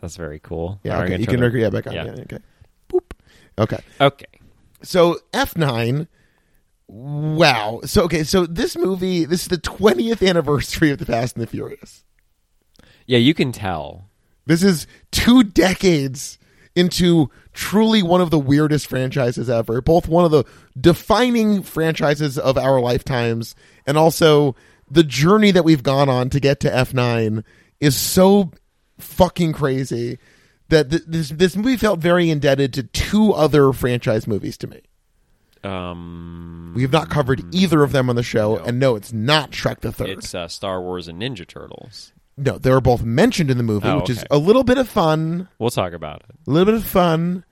[SPEAKER 2] That's very cool.
[SPEAKER 1] Yeah,
[SPEAKER 2] All right,
[SPEAKER 1] okay,
[SPEAKER 2] I'm
[SPEAKER 1] you
[SPEAKER 2] gonna
[SPEAKER 1] can
[SPEAKER 2] turn the-
[SPEAKER 1] yeah back on.
[SPEAKER 2] Yeah.
[SPEAKER 1] Yeah, okay. Boop. Okay.
[SPEAKER 2] Okay.
[SPEAKER 1] so F9 wow so okay so this movie this is the 20th anniversary of the Fast and the Furious
[SPEAKER 2] Yeah, you can tell.
[SPEAKER 1] this is two decades into truly one of the weirdest franchises ever both one of the defining franchises of our lifetimes and also the journey that we've gone on to get to F9 is so fucking crazy that th- this this movie felt very indebted to two other franchise movies to me
[SPEAKER 2] Um,
[SPEAKER 1] We have not covered either of them on the show, and no, it's not Shrek the Third.
[SPEAKER 2] it's uh, Star Wars and Ninja Turtles.
[SPEAKER 1] No, they were both mentioned in the movie,
[SPEAKER 2] Oh,
[SPEAKER 1] which is
[SPEAKER 2] okay.
[SPEAKER 1] a little bit of fun.
[SPEAKER 2] We'll talk about it.
[SPEAKER 1] A little bit of fun.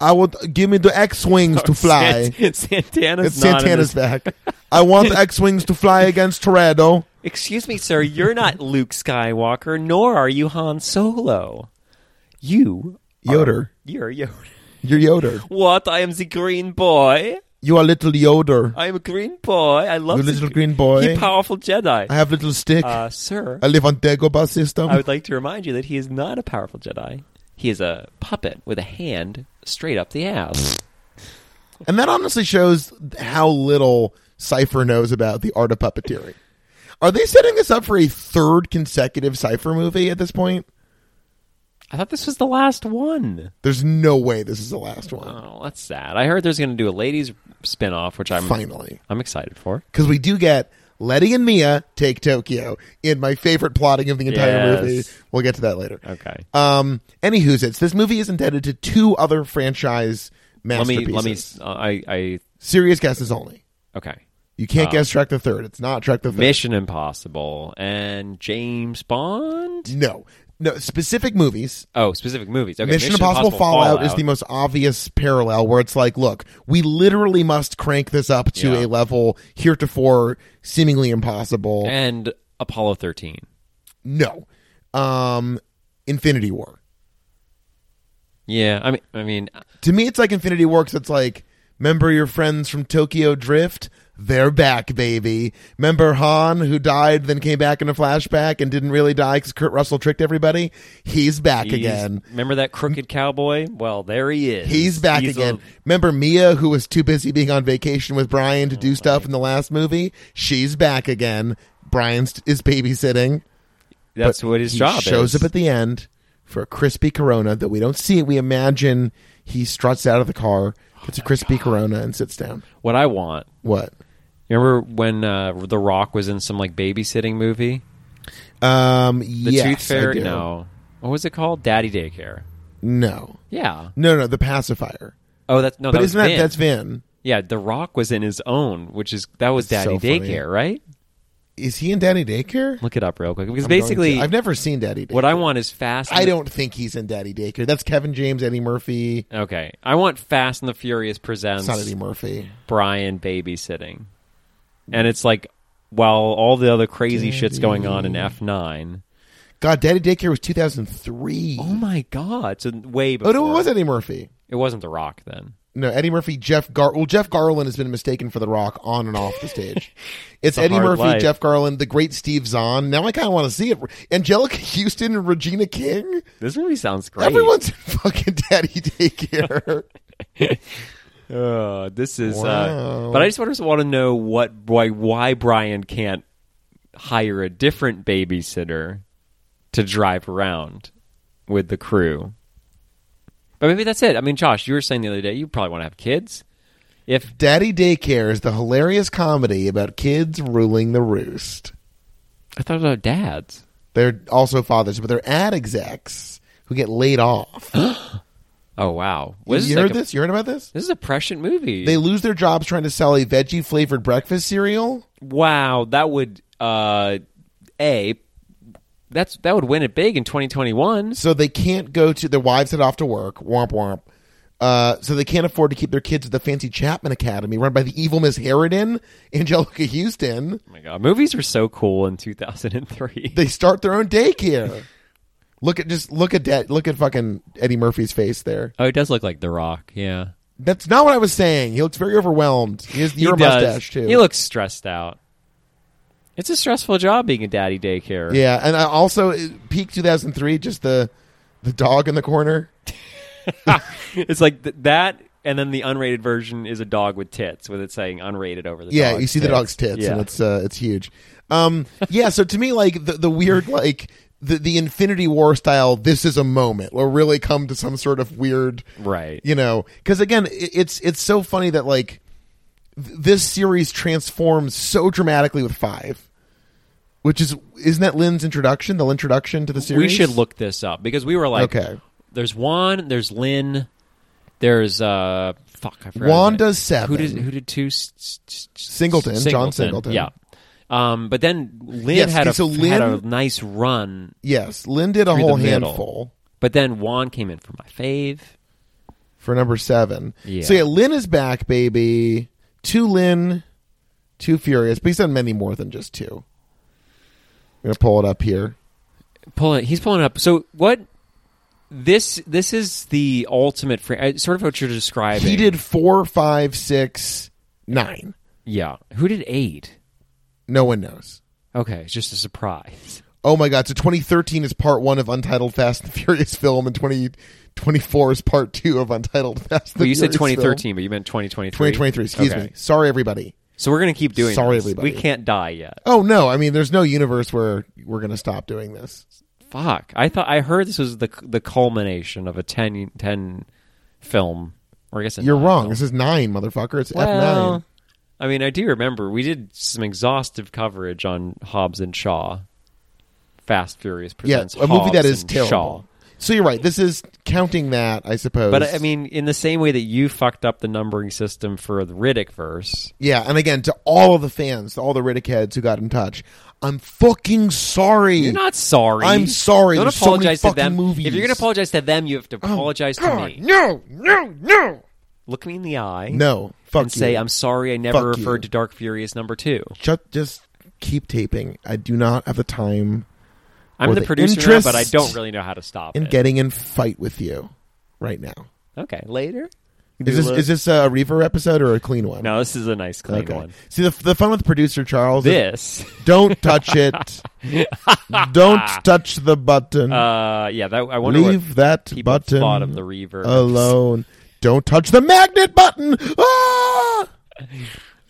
[SPEAKER 1] I will give me the X wings
[SPEAKER 2] <laughs>
[SPEAKER 1] to fly.
[SPEAKER 2] Sant- Santana's
[SPEAKER 1] It's
[SPEAKER 2] not in
[SPEAKER 1] Santana's
[SPEAKER 2] this-
[SPEAKER 1] back. I want
[SPEAKER 2] <laughs>
[SPEAKER 1] the X wings to fly against Toretto.
[SPEAKER 2] Excuse me, sir. You're not Luke Skywalker, nor are you Han Solo. You are-
[SPEAKER 1] Yoder.
[SPEAKER 2] You're Yoder.
[SPEAKER 1] Uh, You're Yoder.
[SPEAKER 2] What? I am the green boy.
[SPEAKER 1] You are little Yoder.
[SPEAKER 2] I am a green boy. I love
[SPEAKER 1] You
[SPEAKER 2] the
[SPEAKER 1] little green boy.
[SPEAKER 2] He powerful Jedi.
[SPEAKER 1] I have little stick.
[SPEAKER 2] uh, sir,
[SPEAKER 1] I live on Dagobah system.
[SPEAKER 2] I would like to remind you that he is not a powerful Jedi. He is a puppet with a hand straight up the ass.
[SPEAKER 1] And that honestly shows how little Cypher knows about the art of puppeteering. Are they setting us up for a third consecutive Cypher movie at this point?
[SPEAKER 2] I thought this was the last one.
[SPEAKER 1] There's no way this is the last one.
[SPEAKER 2] Oh, that's sad. I heard there's going to do a ladies spin-off, which I'm
[SPEAKER 1] Finally.
[SPEAKER 2] I'm excited for.
[SPEAKER 1] Because we do get Letty and Mia take Tokyo in my favorite plotting of the entire
[SPEAKER 2] Yes.
[SPEAKER 1] movie. We'll get to that later.
[SPEAKER 2] Okay.
[SPEAKER 1] Um, anywho's it's this movie is indebted to two other franchise
[SPEAKER 2] Let me
[SPEAKER 1] masterpieces.
[SPEAKER 2] let me uh, I I
[SPEAKER 1] serious guesses only.
[SPEAKER 2] okay.
[SPEAKER 1] You can't
[SPEAKER 2] Ah.
[SPEAKER 1] guess Trek the Third. It's not Trek the Third.
[SPEAKER 2] Mission Impossible and James Bond.
[SPEAKER 1] No, no specific movies.
[SPEAKER 2] Oh, specific movies. Okay,
[SPEAKER 1] Mission, Impossible, Fallout, is the most obvious parallel where it's like, look, we literally must crank this up to
[SPEAKER 2] Yeah.
[SPEAKER 1] a level heretofore seemingly impossible.
[SPEAKER 2] and Apollo 13.
[SPEAKER 1] no. Um Infinity War.
[SPEAKER 2] Yeah, I mean I mean
[SPEAKER 1] To me it's like Infinity War 'cause it's like remember your friends from Tokyo Drift? They're back, baby. Remember Han who died then came back in a flashback and didn't really die cuz Kurt Russell tricked everybody? He's back
[SPEAKER 2] he's-
[SPEAKER 1] again.
[SPEAKER 2] Remember that crooked cowboy? Well, there he is.
[SPEAKER 1] He's back
[SPEAKER 2] a-
[SPEAKER 1] again. Remember Mia, who was too busy being on vacation with Brian to
[SPEAKER 2] Oh,
[SPEAKER 1] do stuff in the last movie? She's back again. Brian is babysitting.
[SPEAKER 2] that's
[SPEAKER 1] but
[SPEAKER 2] what his
[SPEAKER 1] he
[SPEAKER 2] job
[SPEAKER 1] shows
[SPEAKER 2] is.
[SPEAKER 1] up at the end for a crispy Corona that we don't see. We imagine he struts out of the car, gets a crispy Corona, and sits down.
[SPEAKER 2] what I want.
[SPEAKER 1] What?
[SPEAKER 2] Remember when uh, The Rock was in some like babysitting movie?
[SPEAKER 1] Um,
[SPEAKER 2] The
[SPEAKER 1] yes,
[SPEAKER 2] Tooth
[SPEAKER 1] I
[SPEAKER 2] Fairy?
[SPEAKER 1] do.
[SPEAKER 2] No. What was it called? Daddy Daycare.
[SPEAKER 1] no,
[SPEAKER 2] Yeah.
[SPEAKER 1] no, no. The pacifier.
[SPEAKER 2] Oh, that's no.
[SPEAKER 1] But
[SPEAKER 2] that
[SPEAKER 1] isn't
[SPEAKER 2] was
[SPEAKER 1] that
[SPEAKER 2] Vin.
[SPEAKER 1] that's Vin?
[SPEAKER 2] Yeah, The Rock was in his own, which is that was
[SPEAKER 1] That's
[SPEAKER 2] Daddy
[SPEAKER 1] so funny.
[SPEAKER 2] Daycare, right?
[SPEAKER 1] Is he in Daddy Daycare?
[SPEAKER 2] Look it up real quick because
[SPEAKER 1] I'm going
[SPEAKER 2] basically,
[SPEAKER 1] to- I've never seen Daddy Daycare.
[SPEAKER 2] what I want is fast.
[SPEAKER 1] I don't think he's in Daddy Daycare. That's Kevin James, Eddie Murphy.
[SPEAKER 2] Okay, I want Fast and the Furious presents
[SPEAKER 1] It's not Eddie Murphy.
[SPEAKER 2] Brian babysitting, and it's like while all the other crazy shit's going on in F nine.
[SPEAKER 1] God, Daddy Daycare was 2003.
[SPEAKER 2] Oh my god! So way before
[SPEAKER 1] oh, no, it was Eddie Murphy.
[SPEAKER 2] It wasn't The Rock then.
[SPEAKER 1] No, Eddie Murphy, Jeff Gar. Well, Jeff Garland has been mistaken for The Rock on and off the
[SPEAKER 2] <laughs>
[SPEAKER 1] stage. It's
[SPEAKER 2] a
[SPEAKER 1] Eddie
[SPEAKER 2] hard
[SPEAKER 1] Murphy,
[SPEAKER 2] life.
[SPEAKER 1] Jeff Garland, the great Steve Zahn. Now I kind of want to see it. Angelica <laughs> Houston and Regina King.
[SPEAKER 2] This movie sounds great.
[SPEAKER 1] Everyone's in <laughs> fucking Daddy Daycare.
[SPEAKER 2] Uh, this is.
[SPEAKER 1] Wow.
[SPEAKER 2] Uh, but I just want to want to know what why why Brian can't hire a different babysitter to drive around with the crew. But maybe that's it. I mean, Josh, you were saying the other day you probably want to have kids. If
[SPEAKER 1] Daddy Daycare is the hilarious comedy about kids ruling the roost.
[SPEAKER 2] I thought about dads,
[SPEAKER 1] They're also fathers, but they're ad execs who get laid off.
[SPEAKER 2] oh wow, Well,
[SPEAKER 1] you
[SPEAKER 2] is
[SPEAKER 1] heard
[SPEAKER 2] like a-
[SPEAKER 1] this? You heard about this?
[SPEAKER 2] This is a prescient movie.
[SPEAKER 1] They lose their jobs trying to sell a veggie flavored breakfast cereal.
[SPEAKER 2] wow, that would uh, a that's that would win it big in 2021.
[SPEAKER 1] So they can't go to their wives head off to work. Womp womp. Uh, so they can't afford to keep their kids at the fancy Chapman Academy run by the evil Miss Harridan, <laughs> Angelica Houston.
[SPEAKER 2] Oh my god, movies were so cool in 2003.
[SPEAKER 1] They start their own daycare. look at just look at that. Look at fucking Eddie Murphy's face there.
[SPEAKER 2] <laughs> oh, it does look like The Rock. Yeah,
[SPEAKER 1] That's not what I was saying. He looks very overwhelmed. He has the ear
[SPEAKER 2] he does.
[SPEAKER 1] mustache too.
[SPEAKER 2] He looks stressed out. It's a stressful job being a daddy daycare.
[SPEAKER 1] yeah, and I also uh, peak 2003. Just the the dog in the corner.
[SPEAKER 2] <laughs> it's like th- that, and then the unrated version is a dog with tits, with it saying unrated over the.
[SPEAKER 1] yeah,
[SPEAKER 2] dog's
[SPEAKER 1] you see the
[SPEAKER 2] tits.
[SPEAKER 1] dog's tits,
[SPEAKER 2] Yeah.
[SPEAKER 1] and it's uh, it's huge. Um, yeah, so to me, like the, the weird, like the the Infinity War style. This is a moment. We'll really come to some sort of weird,
[SPEAKER 2] right.
[SPEAKER 1] you know, because again, i- it's it's so funny that like th- this series transforms so dramatically with five, which is isn't that Lynn's introduction, the introduction to the series?
[SPEAKER 2] We should look this up because we were like,
[SPEAKER 1] Okay.
[SPEAKER 2] there's Juan, there's Lynn, there's uh, fuck, I forgot.
[SPEAKER 1] Juan
[SPEAKER 2] his name.
[SPEAKER 1] does seven.
[SPEAKER 2] Who did who did two? S- s- s-
[SPEAKER 1] Singleton, John Singleton.
[SPEAKER 2] Yeah. Um, but then Lynn
[SPEAKER 1] Yes,
[SPEAKER 2] had a
[SPEAKER 1] so
[SPEAKER 2] had a
[SPEAKER 1] Lynn-
[SPEAKER 2] nice run,
[SPEAKER 1] Yes, Lynn did a
[SPEAKER 2] Through the
[SPEAKER 1] whole
[SPEAKER 2] middle.
[SPEAKER 1] handful.
[SPEAKER 2] but then Juan came in for my fave.
[SPEAKER 1] for number seven.
[SPEAKER 2] Yeah.
[SPEAKER 1] So yeah, Lynn is back, baby. Two Lynn, two Furious, but he's done many more than just two. I'm gonna pull it up here.
[SPEAKER 2] Pull it. He's pulling up. So what? This this is the ultimate. Fra- uh, sort of what you're describing.
[SPEAKER 1] He did four, five, six, nine.
[SPEAKER 2] Yeah. Who did eight?
[SPEAKER 1] No one knows.
[SPEAKER 2] Okay, it's just a surprise.
[SPEAKER 1] Oh my god! So 2013 is part one of Untitled Fast and <laughs> Furious film, and 2024 is part two of Untitled <laughs> Fast. and
[SPEAKER 2] Well, you said
[SPEAKER 1] Furious film.
[SPEAKER 2] 2013, but you meant 2023.
[SPEAKER 1] 2023. Excuse
[SPEAKER 2] Okay.
[SPEAKER 1] me. Sorry, everybody.
[SPEAKER 2] So we're gonna keep doing.
[SPEAKER 1] Sorry,
[SPEAKER 2] this.
[SPEAKER 1] everybody.
[SPEAKER 2] We can't die yet.
[SPEAKER 1] Oh no! I mean, there's no universe where we're gonna stop doing this.
[SPEAKER 2] Fuck. I thought I heard this was the the culmination of a 10, 10 film. Or I guess a
[SPEAKER 1] You're
[SPEAKER 2] nine
[SPEAKER 1] wrong.
[SPEAKER 2] film.
[SPEAKER 1] This is nine, motherfucker. It's F9.
[SPEAKER 2] Well, I mean, I do remember we did some exhaustive coverage on Hobbs and Shaw. Fast Furious
[SPEAKER 1] yeah,
[SPEAKER 2] presents
[SPEAKER 1] a movie that
[SPEAKER 2] Hobbs
[SPEAKER 1] is
[SPEAKER 2] and
[SPEAKER 1] terrible.
[SPEAKER 2] Shaw.
[SPEAKER 1] So you're right. This is counting that, I suppose.
[SPEAKER 2] But I mean, in the same way that you fucked up the numbering system for the Riddick verse,
[SPEAKER 1] yeah. And again, to all of the fans, to all the Riddick heads who got in touch, I'm fucking sorry.
[SPEAKER 2] you're not sorry.
[SPEAKER 1] I'm sorry.
[SPEAKER 2] Don't
[SPEAKER 1] There's so many
[SPEAKER 2] apologize to
[SPEAKER 1] fucking
[SPEAKER 2] them.
[SPEAKER 1] movies. Oh,
[SPEAKER 2] If you're gonna apologize to them, you have to apologize to
[SPEAKER 1] God,
[SPEAKER 2] me.
[SPEAKER 1] no, no, no,
[SPEAKER 2] Look me in the eye.
[SPEAKER 1] no. Fuck
[SPEAKER 2] and
[SPEAKER 1] you.
[SPEAKER 2] say I'm sorry. I never
[SPEAKER 1] Fuck you.
[SPEAKER 2] referred to Dark Furious number two.
[SPEAKER 1] just, just keep taping. I do not have the time
[SPEAKER 2] I'm
[SPEAKER 1] Or
[SPEAKER 2] the
[SPEAKER 1] the
[SPEAKER 2] producer, now, but I
[SPEAKER 1] interest
[SPEAKER 2] don't really know how to stop
[SPEAKER 1] in
[SPEAKER 2] it.
[SPEAKER 1] getting in fight with you right now.
[SPEAKER 2] okay, later.
[SPEAKER 1] Is this is this a Reaver episode or a clean one?
[SPEAKER 2] No, this is a nice clean
[SPEAKER 1] Okay.
[SPEAKER 2] one.
[SPEAKER 1] See the the fun with producer Charles. is
[SPEAKER 2] This,
[SPEAKER 1] Don't touch
[SPEAKER 2] <laughs>
[SPEAKER 1] it. Don't touch the button.
[SPEAKER 2] uh, yeah, that I wonder
[SPEAKER 1] Leave
[SPEAKER 2] what
[SPEAKER 1] that
[SPEAKER 2] people
[SPEAKER 1] button
[SPEAKER 2] thought of the reverb.
[SPEAKER 1] alone. Don't touch the magnet button. Ah!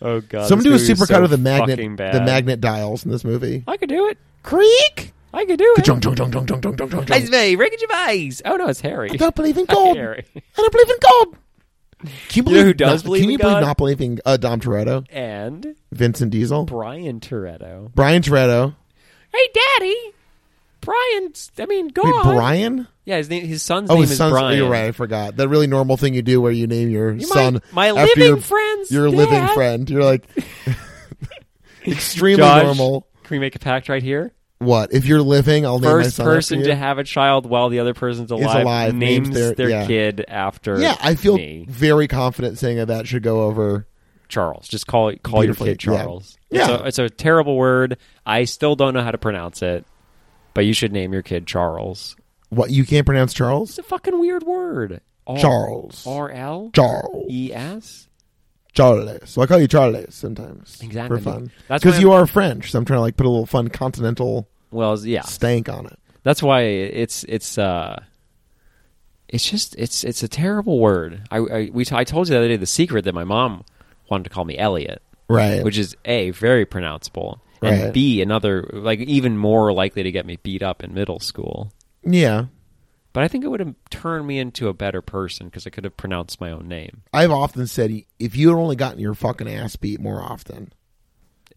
[SPEAKER 2] Oh god,
[SPEAKER 1] Someone do a
[SPEAKER 2] this movie
[SPEAKER 1] supercut
[SPEAKER 2] was so
[SPEAKER 1] of the magnet,
[SPEAKER 2] fucking bad.
[SPEAKER 1] the magnet dials in this movie.
[SPEAKER 2] I could do it.
[SPEAKER 1] Creak.
[SPEAKER 2] I could do it.
[SPEAKER 1] Jung, jung, jung, jung, jung, jung, jung, jung, jung.
[SPEAKER 2] It's me, Ricky Gervais. Oh no, it's Harry.
[SPEAKER 1] I
[SPEAKER 2] <laughs>
[SPEAKER 1] don't believe in God. I
[SPEAKER 2] Harry.
[SPEAKER 1] don't believe in God. Can you
[SPEAKER 2] You know
[SPEAKER 1] believe
[SPEAKER 2] who does
[SPEAKER 1] not,
[SPEAKER 2] believe
[SPEAKER 1] Can
[SPEAKER 2] in
[SPEAKER 1] you believe
[SPEAKER 2] God?
[SPEAKER 1] not believing uh, Dom Toretto,
[SPEAKER 2] And
[SPEAKER 1] Vincent Diesel,
[SPEAKER 2] Brian Toretto.
[SPEAKER 1] Brian Toretto?
[SPEAKER 2] Hey, Daddy. Brian. I mean,
[SPEAKER 1] Wait,
[SPEAKER 2] God.
[SPEAKER 1] Brian?
[SPEAKER 2] Yeah, his name. His son's
[SPEAKER 1] Oh,
[SPEAKER 2] name
[SPEAKER 1] his
[SPEAKER 2] is
[SPEAKER 1] son's.
[SPEAKER 2] Brian.
[SPEAKER 1] You're right. I forgot that really normal thing you do where you name your
[SPEAKER 2] You're my-
[SPEAKER 1] son
[SPEAKER 2] my
[SPEAKER 1] after
[SPEAKER 2] living
[SPEAKER 1] your,
[SPEAKER 2] friend's
[SPEAKER 1] your living
[SPEAKER 2] dad.
[SPEAKER 1] friend. You're
[SPEAKER 2] <laughs>
[SPEAKER 1] like extremely
[SPEAKER 2] Josh,
[SPEAKER 1] normal.
[SPEAKER 2] Can we make a pact right here?
[SPEAKER 1] What if you're living? I'll name my
[SPEAKER 2] First
[SPEAKER 1] son
[SPEAKER 2] person
[SPEAKER 1] after you.
[SPEAKER 2] to have a child while the other person's alive,
[SPEAKER 1] alive,
[SPEAKER 2] names,
[SPEAKER 1] names
[SPEAKER 2] their,
[SPEAKER 1] their- yeah.
[SPEAKER 2] kid after.
[SPEAKER 1] Yeah, I feel
[SPEAKER 2] me.
[SPEAKER 1] very confident saying that that should go over.
[SPEAKER 2] Charles. Just call it- call your
[SPEAKER 1] Beautifully,
[SPEAKER 2] kid Charles.
[SPEAKER 1] yeah.
[SPEAKER 2] It's,
[SPEAKER 1] Yeah.
[SPEAKER 2] a, it's a terrible word. I still don't know how to pronounce it, but you should name your kid Charles.
[SPEAKER 1] What you can't pronounce Charles?
[SPEAKER 2] It's a fucking weird word. R-
[SPEAKER 1] Charles.
[SPEAKER 2] R L
[SPEAKER 1] Charles.
[SPEAKER 2] E S.
[SPEAKER 1] Charles. So I call you Charles sometimes
[SPEAKER 2] Exactly.
[SPEAKER 1] for fun.
[SPEAKER 2] That's why
[SPEAKER 1] because
[SPEAKER 2] I'm-
[SPEAKER 1] you are French. So I'm trying to like put a little fun continental
[SPEAKER 2] Well, yeah.
[SPEAKER 1] stank on it.
[SPEAKER 2] That's why it's it's uh it's just it's it's a terrible word. I, I we t- I told you the other day the secret that my mom wanted to call me Elliot,
[SPEAKER 1] Right.
[SPEAKER 2] which is a very pronounceable and
[SPEAKER 1] Right.
[SPEAKER 2] b another like even more likely to get me beat up in middle school.
[SPEAKER 1] yeah.
[SPEAKER 2] But I think it would have turned me into a better person because I could have pronounced my own name.
[SPEAKER 1] I've often said if you had only gotten your fucking ass beat more often,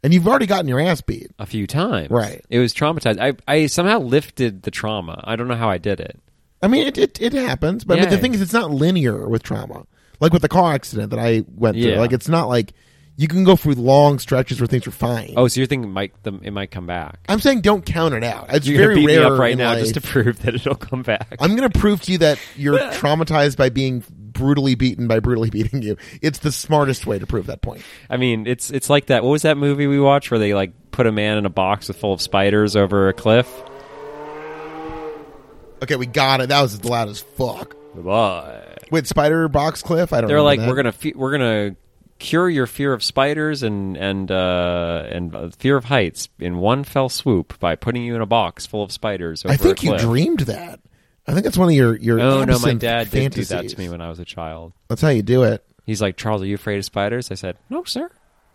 [SPEAKER 1] and you've already gotten your ass beat.
[SPEAKER 2] a few times.
[SPEAKER 1] Right.
[SPEAKER 2] It was traumatized. I, I somehow lifted the trauma. I don't know how I did it.
[SPEAKER 1] I mean, it it, it happens, but, but the
[SPEAKER 2] Yeah.
[SPEAKER 1] thing is, it's not linear with trauma. Like with the car accident that I went through,
[SPEAKER 2] Yeah.
[SPEAKER 1] like it's not like you can go through long stretches where things are fine.
[SPEAKER 2] Oh, so you're thinking it might, the, it might come back.
[SPEAKER 1] I'm saying don't count it out. It's
[SPEAKER 2] You're
[SPEAKER 1] very
[SPEAKER 2] going to beat
[SPEAKER 1] rare
[SPEAKER 2] me up right
[SPEAKER 1] in
[SPEAKER 2] <laughs> now
[SPEAKER 1] life.
[SPEAKER 2] just to prove that it'll come back. <laughs>
[SPEAKER 1] I'm going to prove to you that you're traumatized by being brutally beaten by brutally <laughs> beating you. It's the smartest way to prove that point.
[SPEAKER 2] I mean, it's it's like that. What was that movie we watched where they like put a man in a box with full of spiders over a cliff?
[SPEAKER 1] Okay, we got it. That was as loud as fuck.
[SPEAKER 2] Goodbye.
[SPEAKER 1] Wait, Spider Box Cliff? I don't
[SPEAKER 2] They're
[SPEAKER 1] remember
[SPEAKER 2] like,
[SPEAKER 1] that.
[SPEAKER 2] we're gonna fe- we're gonna cure your fear of spiders and and uh, and uh, fear of heights in one fell swoop by putting you in a box full of spiders. Over
[SPEAKER 1] I think
[SPEAKER 2] a
[SPEAKER 1] you
[SPEAKER 2] cliff.
[SPEAKER 1] dreamed that. I think that's one of your your.
[SPEAKER 2] Oh no, my
[SPEAKER 1] absinthe
[SPEAKER 2] dad did do
[SPEAKER 1] fantasies.
[SPEAKER 2] that to me when I was a child.
[SPEAKER 1] That's how you do it.
[SPEAKER 2] He's like, Charles, are you afraid of spiders? I said, No, sir.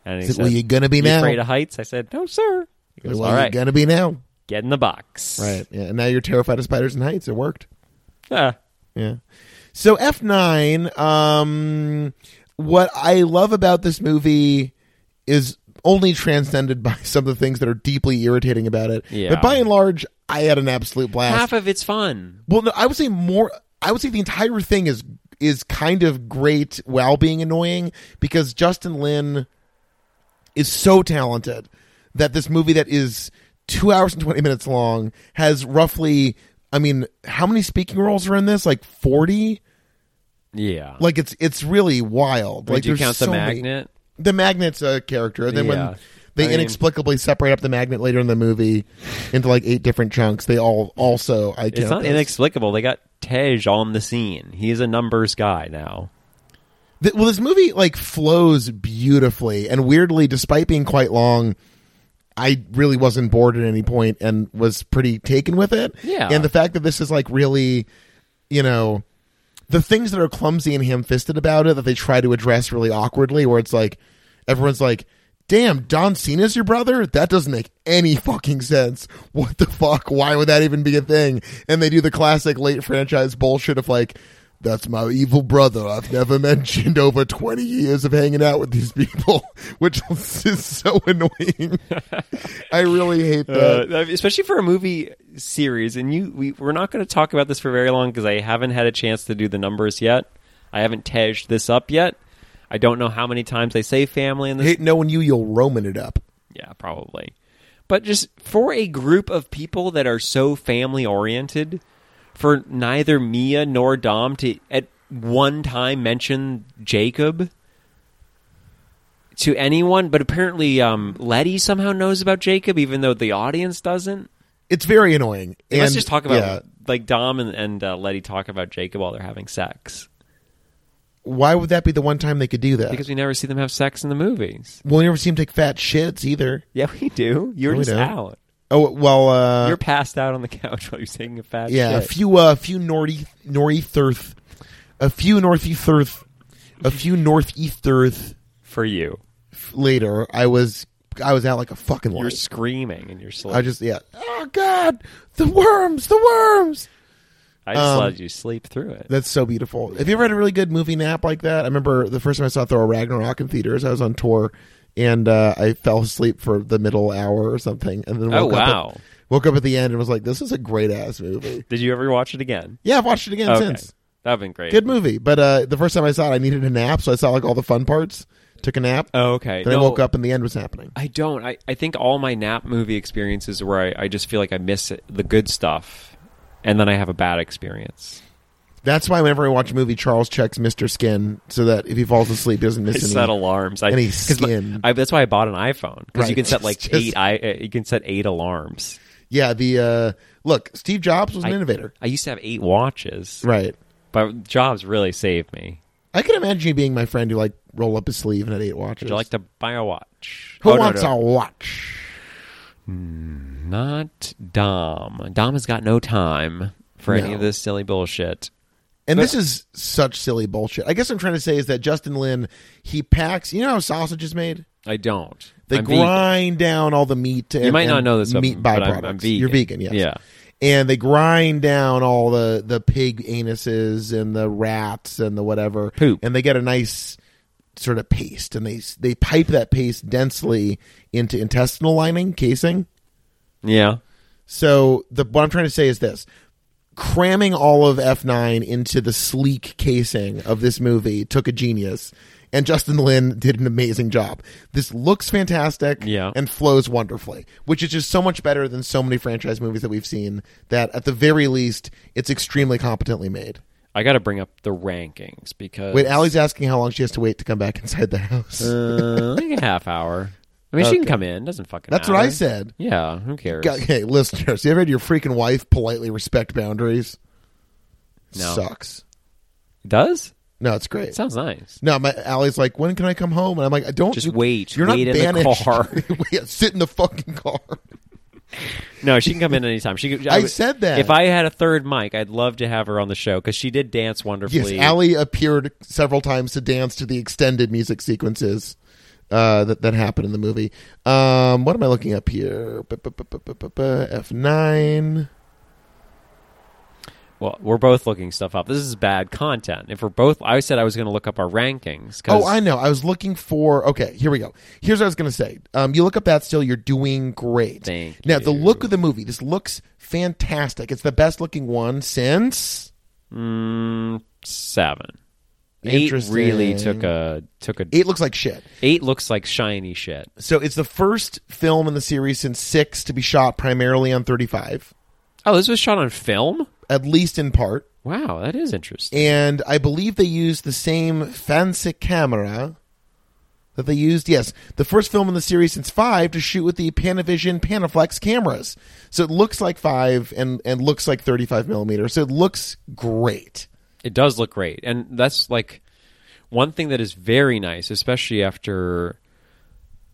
[SPEAKER 2] And he
[SPEAKER 1] Is it
[SPEAKER 2] said,
[SPEAKER 1] well, you gonna be
[SPEAKER 2] "You
[SPEAKER 1] now?
[SPEAKER 2] afraid of heights? I said, No, sir. He goes,
[SPEAKER 1] well,
[SPEAKER 2] All
[SPEAKER 1] you
[SPEAKER 2] right,
[SPEAKER 1] gonna be now.
[SPEAKER 2] get in the box.
[SPEAKER 1] Right. Yeah. And now you're terrified of spiders and heights. It worked.
[SPEAKER 2] Yeah.
[SPEAKER 1] Yeah. So F nine. Um, what I love about this movie is only transcended <laughs> by some of the things that are deeply irritating about it.
[SPEAKER 2] Yeah.
[SPEAKER 1] But by and large, I had an absolute blast.
[SPEAKER 2] Half of it's fun.
[SPEAKER 1] Well, no, I would say more. I would say the entire thing is is kind of great while being annoying because Justin Lin is so talented that this movie that is two hours and twenty minutes long has roughly. I mean, how many speaking roles are in this? Like forty.
[SPEAKER 2] Yeah.
[SPEAKER 1] Like it's it's really wild. Like
[SPEAKER 2] Did you
[SPEAKER 1] there's
[SPEAKER 2] count
[SPEAKER 1] so
[SPEAKER 2] the
[SPEAKER 1] many-
[SPEAKER 2] magnet?
[SPEAKER 1] the magnet's a character. And then
[SPEAKER 2] Yeah.
[SPEAKER 1] when they
[SPEAKER 2] I mean-
[SPEAKER 1] inexplicably separate up the magnet later in the movie into like eight different chunks, they all also I
[SPEAKER 2] It's
[SPEAKER 1] count
[SPEAKER 2] not
[SPEAKER 1] those.
[SPEAKER 2] inexplicable. They got Tej on the scene. He is a numbers guy now.
[SPEAKER 1] Th- well, this movie like flows beautifully, and weirdly, despite being quite long, I really wasn't bored at any point and was pretty taken with it.
[SPEAKER 2] Yeah.
[SPEAKER 1] and the fact that this is like really, you know, the things that are clumsy and ham-fisted about it that they try to address really awkwardly, where it's like everyone's like. Damn, Don Cena's your brother? That doesn't make any fucking sense. What the fuck? Why would that even be a thing? And they do the classic late franchise bullshit of like, that's my evil brother I've never <laughs> mentioned over 20 years of hanging out with these people, <laughs> which is so annoying.
[SPEAKER 2] <laughs>
[SPEAKER 1] I really hate that.
[SPEAKER 2] Uh, especially for a movie series, and you, we, we're not going to talk about this for very long because I haven't had a chance to do the numbers yet. I haven't Tej this up yet. I don't know how many times they say family in this
[SPEAKER 1] hate knowing you, you'll Roman it up.
[SPEAKER 2] Yeah, probably. But just for a group of people that are so family oriented, for neither Mia nor Dom to at one time mention Jacob to anyone, but apparently um, Letty somehow knows about Jacob, even though the audience doesn't.
[SPEAKER 1] It's very annoying. And,
[SPEAKER 2] Let's just talk about
[SPEAKER 1] yeah,
[SPEAKER 2] like Dom and, and uh, Letty talk about Jacob while they're having sex
[SPEAKER 1] why would that be the one time they could do that?
[SPEAKER 2] because we never see them have sex in the movies.
[SPEAKER 1] we'll never see him take fat shits either.
[SPEAKER 2] Yeah, we do. You're
[SPEAKER 1] No, we
[SPEAKER 2] just
[SPEAKER 1] don't.
[SPEAKER 2] out.
[SPEAKER 1] Oh well, uh,
[SPEAKER 2] You're passed out on the couch while you're taking a fat
[SPEAKER 1] yeah, a
[SPEAKER 2] shit.
[SPEAKER 1] few, uh, a few northeast, northeasterth, a few northeasterth, a few northeasterth
[SPEAKER 2] for you.
[SPEAKER 1] later. I was, I was out like a fucking.
[SPEAKER 2] You're
[SPEAKER 1] light.
[SPEAKER 2] screaming in your sleep.
[SPEAKER 1] I just yeah. Oh God, the worms, the worms.
[SPEAKER 2] I just
[SPEAKER 1] um,
[SPEAKER 2] let you sleep through it.
[SPEAKER 1] That's so beautiful. Have you ever had a really good movie nap like that? I remember the first time I saw Thor Ragnarok in theaters. I was on tour, and uh, I fell asleep for the middle hour or something, and then woke
[SPEAKER 2] Oh
[SPEAKER 1] up
[SPEAKER 2] wow!
[SPEAKER 1] at, woke up at the end and was like, "This is a great ass movie."
[SPEAKER 2] Did you ever watch it again?
[SPEAKER 1] Yeah, I've watched it again
[SPEAKER 2] Okay,
[SPEAKER 1] since.
[SPEAKER 2] that'd been great.
[SPEAKER 1] Good movie, but uh, the first time I saw it, I needed a nap, so I saw like all the fun parts, took a nap,
[SPEAKER 2] Oh, okay.
[SPEAKER 1] then I
[SPEAKER 2] No,
[SPEAKER 1] woke up, and the end was happening.
[SPEAKER 2] I don't. I, I think all my nap movie experiences are where I, I just feel like I miss it, the good stuff, and then I have a bad experience.
[SPEAKER 1] That's why whenever I watch a movie, Charles checks Mister Skin so that if he falls asleep, he doesn't miss
[SPEAKER 2] I
[SPEAKER 1] any.
[SPEAKER 2] set alarms. I,
[SPEAKER 1] any
[SPEAKER 2] 'cause my-
[SPEAKER 1] skin.
[SPEAKER 2] I, that's why I bought an iPhone because
[SPEAKER 1] Right.
[SPEAKER 2] you can set
[SPEAKER 1] <laughs>
[SPEAKER 2] like
[SPEAKER 1] Just-
[SPEAKER 2] eight. I uh, you can set eight alarms.
[SPEAKER 1] Yeah, the uh, look, Steve Jobs was an
[SPEAKER 2] I-
[SPEAKER 1] innovator,
[SPEAKER 2] I used to have eight watches,
[SPEAKER 1] right?
[SPEAKER 2] but Jobs really saved me.
[SPEAKER 1] I can imagine you being my friend who like roll up his sleeve and had eight watches.
[SPEAKER 2] Would you like to buy a watch?
[SPEAKER 1] who
[SPEAKER 2] Oh, no,
[SPEAKER 1] wants
[SPEAKER 2] no.
[SPEAKER 1] a watch?
[SPEAKER 2] Not Dom. Dom has got no time for any
[SPEAKER 1] No.
[SPEAKER 2] of this silly bullshit.
[SPEAKER 1] And this is such silly bullshit. I guess what I'm trying to say is that Justin Lin he packs. You know how sausage is made?
[SPEAKER 2] I don't.
[SPEAKER 1] They
[SPEAKER 2] I'm vegan.
[SPEAKER 1] grind down all the meat. And,
[SPEAKER 2] You might not
[SPEAKER 1] and
[SPEAKER 2] know this, but-
[SPEAKER 1] meat
[SPEAKER 2] but
[SPEAKER 1] byproducts.
[SPEAKER 2] I'm- I'm vegan.
[SPEAKER 1] You're vegan, yes.
[SPEAKER 2] Yeah.
[SPEAKER 1] And they grind down all the the pig anuses and the rats and the whatever
[SPEAKER 2] Poop.
[SPEAKER 1] and they get a nice sort of paste, and they they pipe that paste densely into intestinal lining casing.
[SPEAKER 2] Yeah.
[SPEAKER 1] So the what I'm trying to say is this: cramming all of F9 into the sleek casing of this movie took a genius, and Justin Lin did an amazing job. This looks fantastic,
[SPEAKER 2] Yeah.
[SPEAKER 1] and flows wonderfully, which is just so much better than so many franchise movies that we've seen. That at the very least, it's extremely competently made.
[SPEAKER 2] I got to bring up the rankings because
[SPEAKER 1] Wait,
[SPEAKER 2] <laughs>
[SPEAKER 1] Allie's asking how long she has to wait to come back inside the house.
[SPEAKER 2] uh, like a half hour. I mean, she can come in. Doesn't fucking.
[SPEAKER 1] That's what I
[SPEAKER 2] matter.
[SPEAKER 1] said.
[SPEAKER 2] Yeah, who cares?
[SPEAKER 1] God, hey, listeners, you ever had your freaking wife politely respect boundaries?
[SPEAKER 2] No.
[SPEAKER 1] Sucks.
[SPEAKER 2] Does
[SPEAKER 1] No, it's great.
[SPEAKER 2] sounds nice.
[SPEAKER 1] no, my Allie's like, when can I come home? And I'm like, I don't.
[SPEAKER 2] Just
[SPEAKER 1] you-
[SPEAKER 2] wait.
[SPEAKER 1] You're
[SPEAKER 2] wait
[SPEAKER 1] not
[SPEAKER 2] in the
[SPEAKER 1] banished.
[SPEAKER 2] car.
[SPEAKER 1] <laughs>
[SPEAKER 2] <laughs>
[SPEAKER 1] Yeah, Sit in the fucking car.
[SPEAKER 2] No, she can come in anytime. She. Could,
[SPEAKER 1] I
[SPEAKER 2] would-
[SPEAKER 1] said that.
[SPEAKER 2] If I had a third mic, I'd love to have her on the show because she did dance
[SPEAKER 1] Yes,
[SPEAKER 2] wonderfully.
[SPEAKER 1] Allie appeared several times to dance to the extended music sequences uh, that that happened in the movie. Um, what am I looking up here? F nine.
[SPEAKER 2] Well, we're both looking stuff up. This is bad content. If we're both, I said I was going to look up our rankings. 'cause-
[SPEAKER 1] Oh, I know. I was looking for. Okay, here we go. Here's what I was going to say. Um, you look up that still. You're doing great.
[SPEAKER 2] Thank
[SPEAKER 1] now the
[SPEAKER 2] you.
[SPEAKER 1] look of the movie. This looks fantastic. It's the best looking one since.
[SPEAKER 2] Mm, seven. Eight really took a took a eight,
[SPEAKER 1] It looks like shit.
[SPEAKER 2] looks like shiny shit.
[SPEAKER 1] So it's the first film in the series since six to be shot primarily on 35,
[SPEAKER 2] Oh, this was shot on film.
[SPEAKER 1] at least in part.
[SPEAKER 2] Wow, that is interesting.
[SPEAKER 1] and I believe they used the same fancy camera that they used. Yes, the first film in the series since Five to shoot with the Panavision Panaflex cameras, so it looks like Five and and looks like thirty five millimeter. So it looks great.
[SPEAKER 2] It does look great, and that's like one thing that is very nice, especially after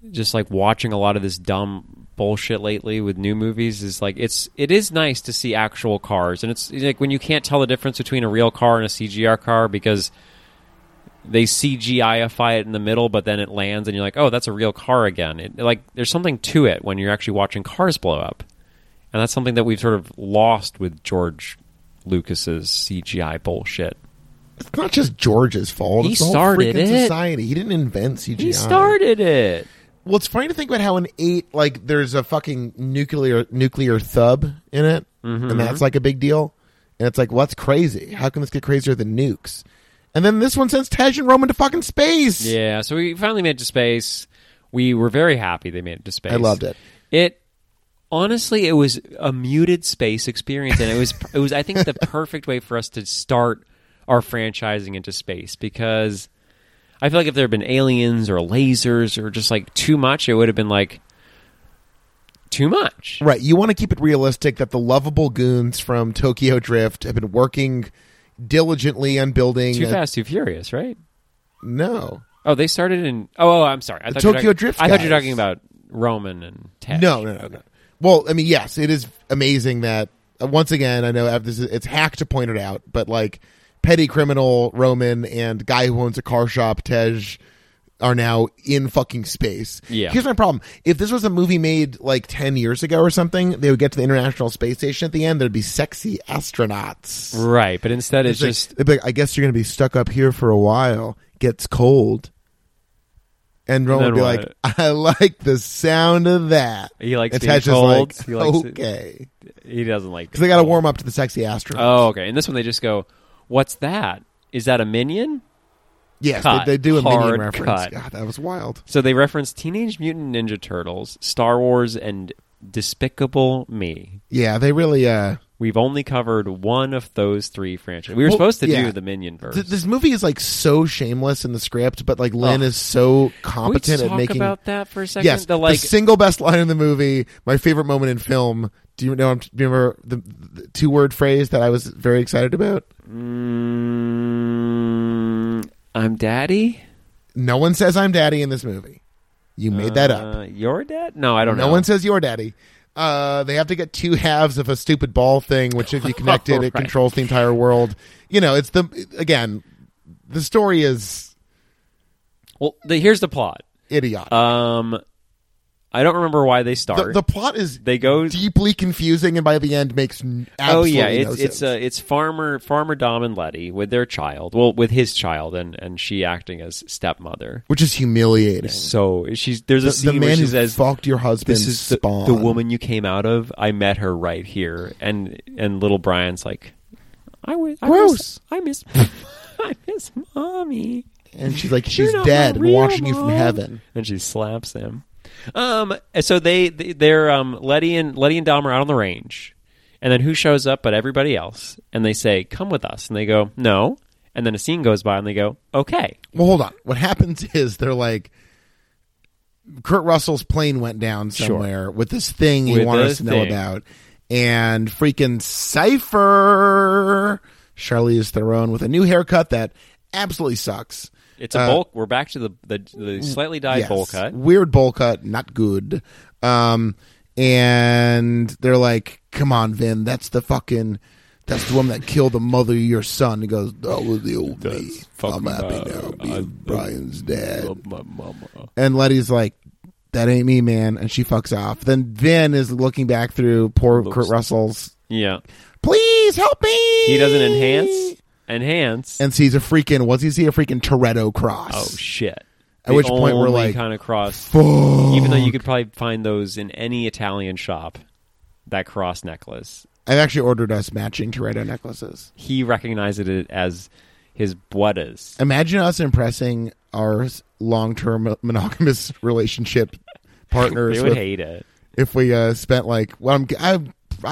[SPEAKER 2] just like watching a lot of this dumb bullshit lately with new movies is like it's it is nice to see actual cars and it's like when you can't tell the difference between a real car and a CGR car because they CGIify it in the middle but then it lands and you're like oh that's a real car again it, like there's something to it when you're actually watching cars blow up and that's something that we've sort of lost with George Lucas's CGI bullshit
[SPEAKER 1] It's not just George's fault.
[SPEAKER 2] He
[SPEAKER 1] it's the whole freaking
[SPEAKER 2] started it.
[SPEAKER 1] Society. He didn't invent CGI.
[SPEAKER 2] he started it
[SPEAKER 1] Well, it's funny to think about how in eight, like there's a fucking nuclear nuclear thub in it, and
[SPEAKER 2] Mm-hmm.
[SPEAKER 1] that's like a big deal. And it's like, well, that's crazy. How can this get crazier than nukes? And then this one sends Tej and Roman to fucking space.
[SPEAKER 2] Yeah, so we finally made it to space. We were very happy they made it to space.
[SPEAKER 1] I loved it.
[SPEAKER 2] It honestly, it was a muted space experience, and it was <laughs> it was I think the perfect way for us to start our franchising into space because I feel like if there had been aliens or lasers or just like too much, it would have been like too much.
[SPEAKER 1] Right. You want to keep it realistic that the lovable goons from Tokyo Drift have been working diligently on building.
[SPEAKER 2] Too
[SPEAKER 1] a-
[SPEAKER 2] fast, too furious, right?
[SPEAKER 1] No.
[SPEAKER 2] Oh, they started in. Oh, oh I'm sorry. I thought you were
[SPEAKER 1] Tokyo
[SPEAKER 2] talking-
[SPEAKER 1] Drift
[SPEAKER 2] I thought you were
[SPEAKER 1] guys.
[SPEAKER 2] talking about Roman and Ted.
[SPEAKER 1] No, no, no, no. Well, I mean, yes, it is amazing that uh, once again, I know this is, it's hack to point it out, but like petty criminal Roman and guy who owns a car shop Tej are now in fucking space.
[SPEAKER 2] Yeah.
[SPEAKER 1] Here's my problem. If this was a movie made like 10 years ago or something, they would get to the International Space Station at the end, there'd be sexy astronauts.
[SPEAKER 2] Right, but instead
[SPEAKER 1] It's
[SPEAKER 2] it's
[SPEAKER 1] like-
[SPEAKER 2] just
[SPEAKER 1] they'd be like, I guess you're going to be stuck up here for a while. Gets cold. And Roman
[SPEAKER 2] Then
[SPEAKER 1] would be
[SPEAKER 2] what?
[SPEAKER 1] like, I like the sound of that.
[SPEAKER 2] He likes
[SPEAKER 1] and
[SPEAKER 2] being
[SPEAKER 1] Tej is
[SPEAKER 2] cold.
[SPEAKER 1] Like,
[SPEAKER 2] He likes it-
[SPEAKER 1] okay.
[SPEAKER 2] He doesn't like
[SPEAKER 1] Because they got to warm up to the sexy astronaut.
[SPEAKER 2] Oh, okay. And this one they just go, "What's that? Is that a minion?"
[SPEAKER 1] yes,
[SPEAKER 2] cut.
[SPEAKER 1] They, they do a minion
[SPEAKER 2] Hard
[SPEAKER 1] reference.
[SPEAKER 2] cut.
[SPEAKER 1] God, that was wild.
[SPEAKER 2] So they reference Teenage Mutant Ninja Turtles, Star Wars, and Despicable Me.
[SPEAKER 1] Yeah, they really. uh
[SPEAKER 2] We've only covered one of those three franchises. We were
[SPEAKER 1] Well,
[SPEAKER 2] supposed to
[SPEAKER 1] yeah.
[SPEAKER 2] do the Minion verse.
[SPEAKER 1] th- This movie is like so shameless in the script, but like Lynn is so competent
[SPEAKER 2] we
[SPEAKER 1] at
[SPEAKER 2] talk
[SPEAKER 1] making.
[SPEAKER 2] about that for a second.
[SPEAKER 1] yes,
[SPEAKER 2] the like
[SPEAKER 1] single best line in the movie, my favorite moment in film. Do you know? Do you remember the, the two word phrase that I was very excited about?
[SPEAKER 2] mm, "I'm Daddy."
[SPEAKER 1] No one says I'm daddy in this movie. You made that up.
[SPEAKER 2] Uh, your dad? Oh, No, I don't know.
[SPEAKER 1] No one says you're daddy. Uh, they have to get two halves of a stupid ball thing, which if you connect
[SPEAKER 2] <laughs>
[SPEAKER 1] it, it
[SPEAKER 2] Right.
[SPEAKER 1] controls the entire world. You know, it's the again, the story is
[SPEAKER 2] Well, the, here's the plot.
[SPEAKER 1] idiotic.
[SPEAKER 2] Um, I don't remember why they
[SPEAKER 1] the,
[SPEAKER 2] start.
[SPEAKER 1] the plot is
[SPEAKER 2] Uh, they go
[SPEAKER 1] deeply confusing, and by the end makes n- absolutely
[SPEAKER 2] oh yeah, it's
[SPEAKER 1] no
[SPEAKER 2] it's
[SPEAKER 1] sense.
[SPEAKER 2] uh, it's farmer farmer Dom and Letty with their child, well with his child, and and she acting as stepmother.
[SPEAKER 1] which is humiliating.
[SPEAKER 2] So she's there's a
[SPEAKER 1] The, the
[SPEAKER 2] scene where
[SPEAKER 1] man
[SPEAKER 2] she
[SPEAKER 1] who
[SPEAKER 2] says,
[SPEAKER 1] fucked your husband
[SPEAKER 2] "This is the,
[SPEAKER 1] spawn.
[SPEAKER 2] the woman you came out of. I met her right here." And and little Brian's like, "I wi- I
[SPEAKER 1] Gross.
[SPEAKER 2] miss I miss <laughs> I miss mommy."
[SPEAKER 1] and she's like,
[SPEAKER 2] You're
[SPEAKER 1] she's
[SPEAKER 2] not
[SPEAKER 1] dead
[SPEAKER 2] my
[SPEAKER 1] and
[SPEAKER 2] real
[SPEAKER 1] watching you from
[SPEAKER 2] mom.
[SPEAKER 1] heaven.
[SPEAKER 2] and she slaps him. Um, and so they they- they're um Letty and Letty and Dom are out on the range, And then who shows up but everybody else? And they say, "Come with us." And they go, "No." And then a scene goes by and they go, "Okay."
[SPEAKER 1] Well, hold on. What happens <laughs> is they're like, Kurt Russell's plane went down
[SPEAKER 2] Sure.
[SPEAKER 1] somewhere with this thing you
[SPEAKER 2] With
[SPEAKER 1] want us
[SPEAKER 2] this
[SPEAKER 1] to know
[SPEAKER 2] thing.
[SPEAKER 1] about, and freaking Cipher, Charlize Theron with a new haircut that absolutely sucks.
[SPEAKER 2] It's a
[SPEAKER 1] Uh,
[SPEAKER 2] bulk. We're back to the the, the slightly dyed
[SPEAKER 1] Yes. <laughs>
[SPEAKER 2] bowl cut.
[SPEAKER 1] Weird bowl cut, not good. Um, and they're like, "Come on, Vin, that's the fucking, that's the woman that killed the mother of your son." He goes, "That was the old me.
[SPEAKER 2] fucking,
[SPEAKER 1] I'm happy
[SPEAKER 2] uh,
[SPEAKER 1] now, being
[SPEAKER 2] I-
[SPEAKER 1] Brian's dad."
[SPEAKER 2] My mama.
[SPEAKER 1] And Letty's like, "That ain't me, man," and she fucks off. Then Vin is looking back through poor
[SPEAKER 2] Looks-
[SPEAKER 1] Kurt Russell's.
[SPEAKER 2] Yeah.
[SPEAKER 1] Please help me.
[SPEAKER 2] He doesn't enhance. Enhance.
[SPEAKER 1] and sees a freaking. What's he see? A freaking Toretto cross.
[SPEAKER 2] oh shit.
[SPEAKER 1] At which point we're like,
[SPEAKER 2] kind of cross.
[SPEAKER 1] Fuck.
[SPEAKER 2] Even though you could probably find those in any Italian shop. That cross necklace.
[SPEAKER 1] <sighs> I've actually ordered us matching Toretto necklaces.
[SPEAKER 2] He recognized it as his buedas.
[SPEAKER 1] Imagine us impressing our long term monogamous <laughs>
[SPEAKER 2] <laughs>
[SPEAKER 1] relationship partners
[SPEAKER 2] They would
[SPEAKER 1] with-
[SPEAKER 2] hate it.
[SPEAKER 1] if we uh, spent like, well, I'm, I,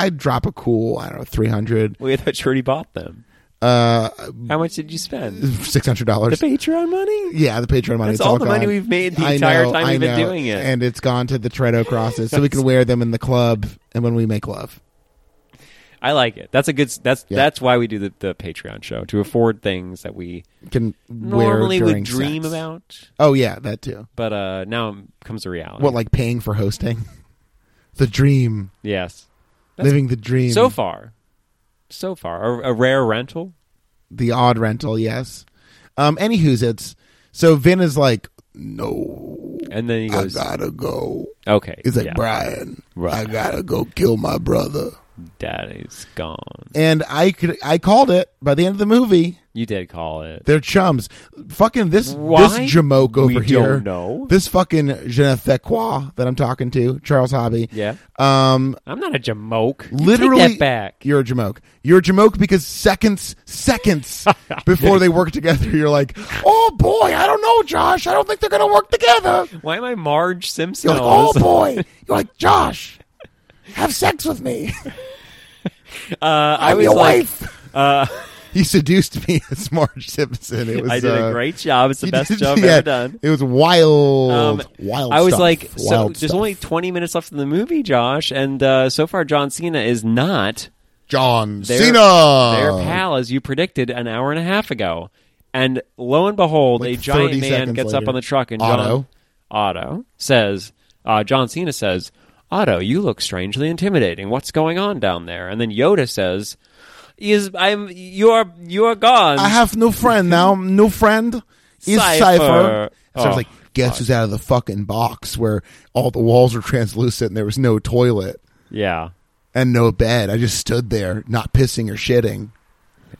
[SPEAKER 1] I'd drop a cool, I don't know, 300
[SPEAKER 2] We thought you already bought them.
[SPEAKER 1] uh,
[SPEAKER 2] How much did you spend? The
[SPEAKER 1] $600.
[SPEAKER 2] Patreon money?
[SPEAKER 1] yeah, the Patreon money.
[SPEAKER 2] That's
[SPEAKER 1] it's
[SPEAKER 2] all the money
[SPEAKER 1] gone.
[SPEAKER 2] we've made the
[SPEAKER 1] I
[SPEAKER 2] entire
[SPEAKER 1] know,
[SPEAKER 2] time
[SPEAKER 1] I
[SPEAKER 2] we've been
[SPEAKER 1] know.
[SPEAKER 2] doing it.
[SPEAKER 1] and it's gone to the Toretto crosses, so we
[SPEAKER 2] <laughs>
[SPEAKER 1] can wear them in the club and when we make love.
[SPEAKER 2] I like it. That's a good. s- That's
[SPEAKER 1] Yeah.
[SPEAKER 2] that's why we do the, the Patreon show to afford things that we
[SPEAKER 1] Can
[SPEAKER 2] normally
[SPEAKER 1] wear during
[SPEAKER 2] would dream
[SPEAKER 1] sex.
[SPEAKER 2] about,
[SPEAKER 1] Oh yeah, that too.
[SPEAKER 2] but uh, now comes the reality.
[SPEAKER 1] What like paying for hosting? <laughs> the dream,
[SPEAKER 2] yes. That's-
[SPEAKER 1] living the dream.
[SPEAKER 2] So far, so far, a, a rare rental.
[SPEAKER 1] the odd rental, yes. Um, anywho's it's so Vin is like, no,
[SPEAKER 2] And then he
[SPEAKER 1] I
[SPEAKER 2] goes,
[SPEAKER 1] gotta go.
[SPEAKER 2] "Okay,
[SPEAKER 1] He's like,
[SPEAKER 2] yeah,
[SPEAKER 1] Brian, I
[SPEAKER 2] Right.
[SPEAKER 1] gotta go kill my brother.
[SPEAKER 2] Daddy's gone."
[SPEAKER 1] And I could, I called it by the end of the movie.
[SPEAKER 2] You did call it.
[SPEAKER 1] They're chums. Fucking this
[SPEAKER 2] Why?
[SPEAKER 1] this jamoke over
[SPEAKER 2] We
[SPEAKER 1] here.
[SPEAKER 2] don't know.
[SPEAKER 1] This fucking je ne sais quoi that I'm talking to, Charles Hobby.
[SPEAKER 2] Yeah,
[SPEAKER 1] Um,
[SPEAKER 2] I'm not a jamoke. You take
[SPEAKER 1] literally
[SPEAKER 2] that back.
[SPEAKER 1] You're a jamoke. You're a jamoke because seconds,
[SPEAKER 2] <laughs>
[SPEAKER 1] seconds before they work together, you're like, oh boy, I don't know, Josh. I don't think they're gonna work together.
[SPEAKER 2] Why am I Marge Simpson?
[SPEAKER 1] You're like,
[SPEAKER 2] all
[SPEAKER 1] oh
[SPEAKER 2] of a
[SPEAKER 1] boy. You're like, Josh, have sex with me.
[SPEAKER 2] sudden? uh, I
[SPEAKER 1] I'm
[SPEAKER 2] was
[SPEAKER 1] your
[SPEAKER 2] like,
[SPEAKER 1] wife.
[SPEAKER 2] uh,
[SPEAKER 1] <laughs> He seduced me as Marge Simpson. It was.
[SPEAKER 2] I did
[SPEAKER 1] uh,
[SPEAKER 2] a great job. It's the
[SPEAKER 1] <laughs> you
[SPEAKER 2] best
[SPEAKER 1] did-
[SPEAKER 2] job I've
[SPEAKER 1] yeah,
[SPEAKER 2] ever done.
[SPEAKER 1] It was wild,
[SPEAKER 2] Um,
[SPEAKER 1] wild.
[SPEAKER 2] I was
[SPEAKER 1] stuff,
[SPEAKER 2] like, so,
[SPEAKER 1] wild
[SPEAKER 2] there's
[SPEAKER 1] stuff.
[SPEAKER 2] only 20 minutes left in the movie, Josh, and uh, so far John Cena is not
[SPEAKER 1] John
[SPEAKER 2] their,
[SPEAKER 1] Cena.
[SPEAKER 2] their pal as you predicted an hour and a half ago. And lo and behold,
[SPEAKER 1] Like
[SPEAKER 2] a giant
[SPEAKER 1] 30
[SPEAKER 2] man
[SPEAKER 1] seconds
[SPEAKER 2] gets up
[SPEAKER 1] later.
[SPEAKER 2] on the truck and
[SPEAKER 1] Otto.
[SPEAKER 2] John Otto says, uh, John Cena says, Otto, you look strangely intimidating. What's going on down there? And then Yoda says, "Is I'm you are you are gone."
[SPEAKER 1] I have no friend now. No friend is
[SPEAKER 2] Cypher.
[SPEAKER 1] Cypher. So I
[SPEAKER 2] Oh,
[SPEAKER 1] was like, guess who's out of the fucking box where all the walls were translucent and there was no toilet
[SPEAKER 2] yeah,
[SPEAKER 1] and no bed. I just stood there, not pissing or shitting.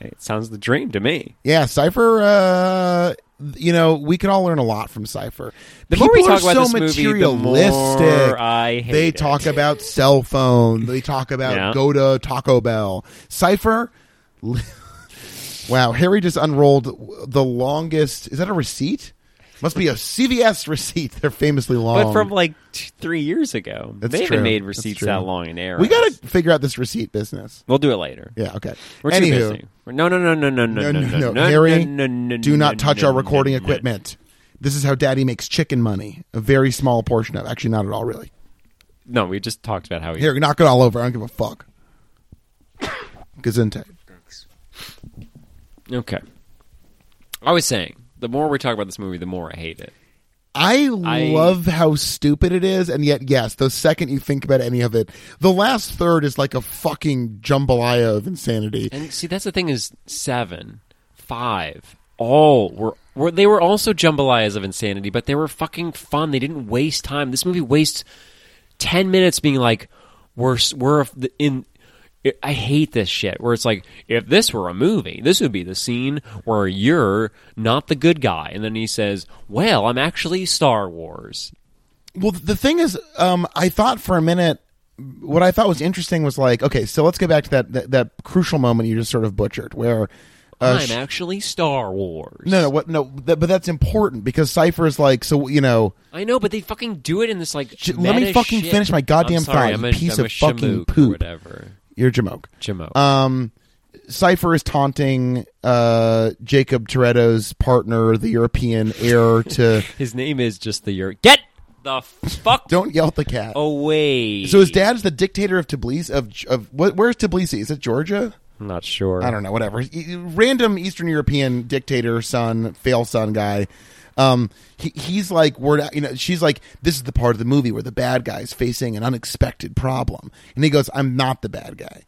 [SPEAKER 2] it sounds the dream to me.
[SPEAKER 1] Yeah, Cypher, uh, you know, we can all learn a lot from Cypher.
[SPEAKER 2] Before
[SPEAKER 1] People
[SPEAKER 2] we talk
[SPEAKER 1] are
[SPEAKER 2] about
[SPEAKER 1] so
[SPEAKER 2] this movie, the more
[SPEAKER 1] materialistic.
[SPEAKER 2] I hate
[SPEAKER 1] they
[SPEAKER 2] it.
[SPEAKER 1] talk about cell phone. They talk about
[SPEAKER 2] Yeah.
[SPEAKER 1] go to Taco Bell. Cypher. <laughs> li- wow, Harry just unrolled the longest. Is that a receipt? Must be a CVS receipt. <laughs> They're famously long.
[SPEAKER 2] But from like t- three years ago,
[SPEAKER 1] That's
[SPEAKER 2] they
[SPEAKER 1] true.
[SPEAKER 2] haven't made
[SPEAKER 1] That's
[SPEAKER 2] receipts
[SPEAKER 1] true.
[SPEAKER 2] that long in error.
[SPEAKER 1] we got to figure out this receipt business.
[SPEAKER 2] We'll do it later.
[SPEAKER 1] Yeah, okay.
[SPEAKER 2] We're too
[SPEAKER 1] Anywho,
[SPEAKER 2] busy. We're- No, no, no, no, no, no, no, no, no, no,
[SPEAKER 1] Harry,
[SPEAKER 2] no, no,
[SPEAKER 1] do
[SPEAKER 2] no,
[SPEAKER 1] not touch
[SPEAKER 2] no,
[SPEAKER 1] our
[SPEAKER 2] no,
[SPEAKER 1] recording
[SPEAKER 2] no.
[SPEAKER 1] equipment. This is how Daddy makes chicken money. A very small portion of, actually, not at all, really.
[SPEAKER 2] No, we just talked about how he.
[SPEAKER 1] Here, knock it all over. I don't give a fuck. <coughs> Gesundheit.
[SPEAKER 2] Okay. I was saying, the more we talk about this movie, the more I hate it.
[SPEAKER 1] I, love how stupid it is, and yet, yes, the second you think about any of it, the last third is like a fucking jambalaya of insanity.
[SPEAKER 2] And see, that's the thing is seven, five, all were, were they were also jambalayas of insanity, but they were fucking fun. They didn't waste time. This movie wastes ten minutes being like, we're s- we're in. I hate this shit. Where it's like, if this were a movie, this would be the scene where you're not the good guy, and then he says, "Well, I'm actually Star Wars."
[SPEAKER 1] Well, the thing is, um, I thought for a minute, what I thought was interesting was like, okay, so let's get back to that that, that crucial moment you just sort of butchered, where uh,
[SPEAKER 2] I'm actually Star Wars.
[SPEAKER 1] No, no, what? No, that, but that's important because Cipher is like, so you know.
[SPEAKER 2] I know, but they fucking do it in this like.
[SPEAKER 1] J- let me
[SPEAKER 2] meta
[SPEAKER 1] fucking
[SPEAKER 2] shit.
[SPEAKER 1] finish my goddamn
[SPEAKER 2] I'm sorry,
[SPEAKER 1] thought,
[SPEAKER 2] I'm
[SPEAKER 1] you
[SPEAKER 2] a,
[SPEAKER 1] piece
[SPEAKER 2] I'm a
[SPEAKER 1] of fucking
[SPEAKER 2] shamook or
[SPEAKER 1] poop.
[SPEAKER 2] Whatever.
[SPEAKER 1] You're Jamoke.
[SPEAKER 2] Jimmo.
[SPEAKER 1] Um, Cipher is taunting uh, Jacob Toretto's partner, the European heir to.
[SPEAKER 2] His name is just the Euro. Get the fuck
[SPEAKER 1] <laughs> Don't yell at the cat.
[SPEAKER 2] away.
[SPEAKER 1] So his dad's the dictator of Tbilisi. Of of what? Where's Tbilisi? Is it Georgia?
[SPEAKER 2] I'm not sure.
[SPEAKER 1] I don't know. Whatever. He- he- Random Eastern European dictator son, fail son guy. Um, he, he's like, we're not, you know, she's like, this is the part of the movie where the bad guy is facing an unexpected problem, and he goes, "I'm not the bad guy."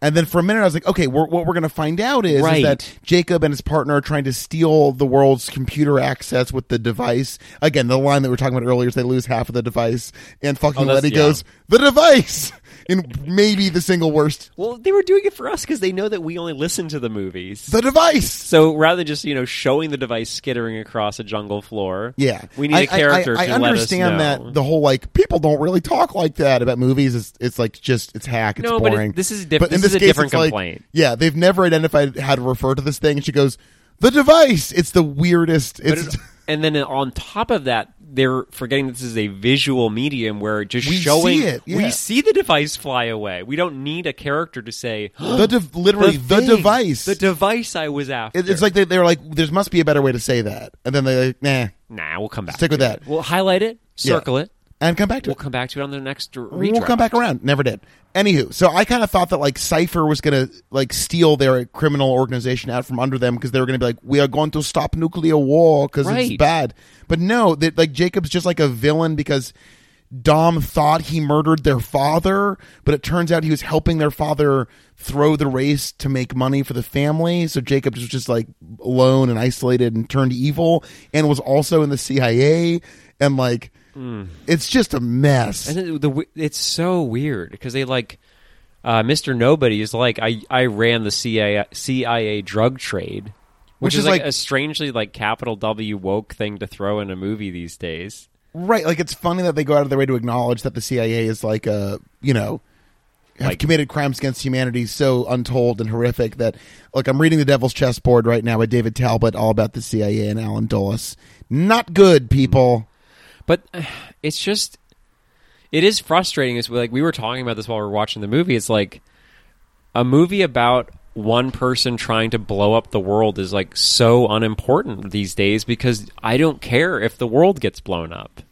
[SPEAKER 1] And then for a minute, I was like, okay, we're, what we're going to find out is, is
[SPEAKER 2] Right.
[SPEAKER 1] that Jacob and his partner are trying to steal the world's computer access with the device. Again, the line that we were talking about earlier is they lose half of the device, and fucking
[SPEAKER 2] Oh, that's-
[SPEAKER 1] Letty
[SPEAKER 2] yeah.
[SPEAKER 1] goes, the device! <laughs> In maybe the single worst,
[SPEAKER 2] Well, they were doing it for us because they know that we only listen to the movies.
[SPEAKER 1] the device!
[SPEAKER 2] so rather than just you know showing the device skittering across a jungle floor,
[SPEAKER 1] Yeah,
[SPEAKER 2] we need
[SPEAKER 1] I-
[SPEAKER 2] a character
[SPEAKER 1] I, I, I
[SPEAKER 2] to let us
[SPEAKER 1] understand
[SPEAKER 2] know.
[SPEAKER 1] that the whole like people don't really talk like that about movies. It's, it's like just it's hack. It's
[SPEAKER 2] No, but it-
[SPEAKER 1] boring.
[SPEAKER 2] this is diff-
[SPEAKER 1] But in
[SPEAKER 2] this is a
[SPEAKER 1] case,
[SPEAKER 2] different
[SPEAKER 1] it's like-
[SPEAKER 2] complaint.
[SPEAKER 1] yeah, they've never identified how to refer to this thing. And she goes, "The device." It's the weirdest.
[SPEAKER 2] But
[SPEAKER 1] It's
[SPEAKER 2] it- and then on top of that, they're forgetting this is a visual medium where just
[SPEAKER 1] We see
[SPEAKER 2] showing
[SPEAKER 1] it, yeah.
[SPEAKER 2] we see the device fly away. We don't need a character to say
[SPEAKER 1] <gasps>
[SPEAKER 2] <gasps>
[SPEAKER 1] the de- <gasps> literally the,
[SPEAKER 2] thing,
[SPEAKER 1] device.
[SPEAKER 2] the device I was after.
[SPEAKER 1] It- it's like they, they're like, "There must be a better way to say that," and then they're like, "Nah,"
[SPEAKER 2] nah, we'll come back.
[SPEAKER 1] Stick with
[SPEAKER 2] to
[SPEAKER 1] that.
[SPEAKER 2] it. We'll highlight it,
[SPEAKER 1] Yeah.
[SPEAKER 2] circle it.
[SPEAKER 1] and come back to
[SPEAKER 2] We'll
[SPEAKER 1] it.
[SPEAKER 2] come back to it on the next r-
[SPEAKER 1] We'll
[SPEAKER 2] redraft.
[SPEAKER 1] come back around. Never did. Anywho, so I kind of thought that like Cipher was gonna like steal their criminal organization out from under them because they were gonna be like, we are going to stop nuclear war because it's
[SPEAKER 2] Right.
[SPEAKER 1] bad. But no, that like Jacob's just like a villain because Dom thought he murdered their father, but it turns out he was helping their father throw the race to make money for the family. So Jacob was just like alone and isolated and turned evil, and was also in the CIA and like. It's just a mess.
[SPEAKER 2] Mm. And then the w- it's so weird because they like uh, Mr. Nobody is like I I ran the CIA CIA drug trade, which, is, like, a strangely like capital W woke thing to throw in a movie these days.
[SPEAKER 1] Right, like it's funny that they go out of their way to acknowledge that the CIA is like a you know have
[SPEAKER 2] Like-
[SPEAKER 1] committed crimes against humanity so untold and horrific that like I'm reading The Devil's Chessboard right now by David Talbot, all about the CIA and Alan Dulles. Not good, people.
[SPEAKER 2] But <sighs> uh, it's just it is frustrating. It's like we were talking about this while we were watching the movie. It's like a movie about one person trying to blow up the world is like so unimportant these days because I don't care if the world gets blown up. <laughs>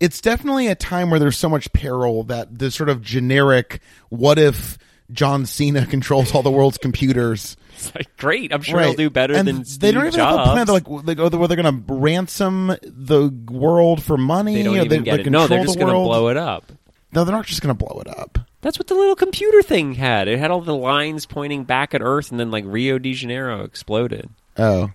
[SPEAKER 1] It's definitely a time where there's so much peril that the sort of generic what if John Cena <laughs> controls all the world's computers
[SPEAKER 2] It's like great. I'm sure he'll do better
[SPEAKER 1] and
[SPEAKER 2] than
[SPEAKER 1] they
[SPEAKER 2] Steve
[SPEAKER 1] don't even have
[SPEAKER 2] Jobs.
[SPEAKER 1] a plan. They're like, w- like oh, they're, well, they're going to ransom the world for money.
[SPEAKER 2] they don't
[SPEAKER 1] or
[SPEAKER 2] even
[SPEAKER 1] they,
[SPEAKER 2] get
[SPEAKER 1] they
[SPEAKER 2] it. No,
[SPEAKER 1] control
[SPEAKER 2] they're just
[SPEAKER 1] the
[SPEAKER 2] going to
[SPEAKER 1] world.
[SPEAKER 2] blow it up.
[SPEAKER 1] No, they're not just going to blow it up.
[SPEAKER 2] That's what the little computer thing had. It had all the lines pointing back at Earth, and then like Rio de Janeiro exploded
[SPEAKER 1] Oh,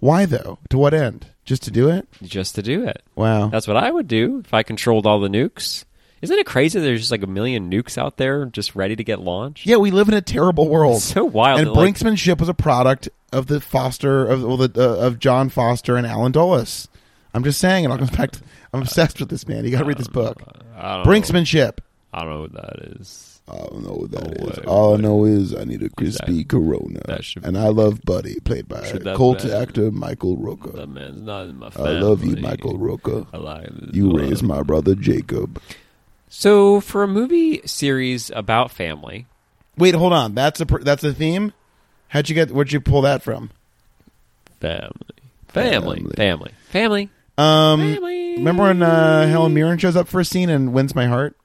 [SPEAKER 1] why though? To what end? Just to do it?
[SPEAKER 2] just to do it.
[SPEAKER 1] Wow.
[SPEAKER 2] That's what I would do if I controlled all the nukes. Isn't it crazy? There's just like a million nukes out there just ready to get launched.
[SPEAKER 1] yeah, we live in a terrible world.
[SPEAKER 2] <laughs> So wild.
[SPEAKER 1] And
[SPEAKER 2] that, like,
[SPEAKER 1] brinksmanship was a product of the Foster of well, the, uh, of John Foster and Alan Dulles. I'm just saying, and I'll come back. To, I'm obsessed with this man. You got to read this book.
[SPEAKER 2] I don't know.
[SPEAKER 1] Brinksmanship.
[SPEAKER 2] I don't know what that is.
[SPEAKER 1] I don't know what that is.
[SPEAKER 2] Oh, wait,
[SPEAKER 1] All I know is I need a crispy Corona,
[SPEAKER 2] that should-
[SPEAKER 1] and I love Buddy, played by
[SPEAKER 2] Should that
[SPEAKER 1] cult
[SPEAKER 2] be-
[SPEAKER 1] actor Michael Rooker.
[SPEAKER 2] That man's not in my
[SPEAKER 1] I
[SPEAKER 2] family.
[SPEAKER 1] love you, Michael Rooker.
[SPEAKER 2] I like this
[SPEAKER 1] You
[SPEAKER 2] one.
[SPEAKER 1] raised my brother Jacob.
[SPEAKER 2] So for a movie series about family,
[SPEAKER 1] Wait, hold on. That's a pr- that's a theme. How'd you get? Where'd you pull that from?
[SPEAKER 2] Family. Family.
[SPEAKER 1] Family.
[SPEAKER 2] Family. Family.
[SPEAKER 1] Um,
[SPEAKER 2] Family.
[SPEAKER 1] remember when uh, Helen Mirren shows up for a scene and wins my heart?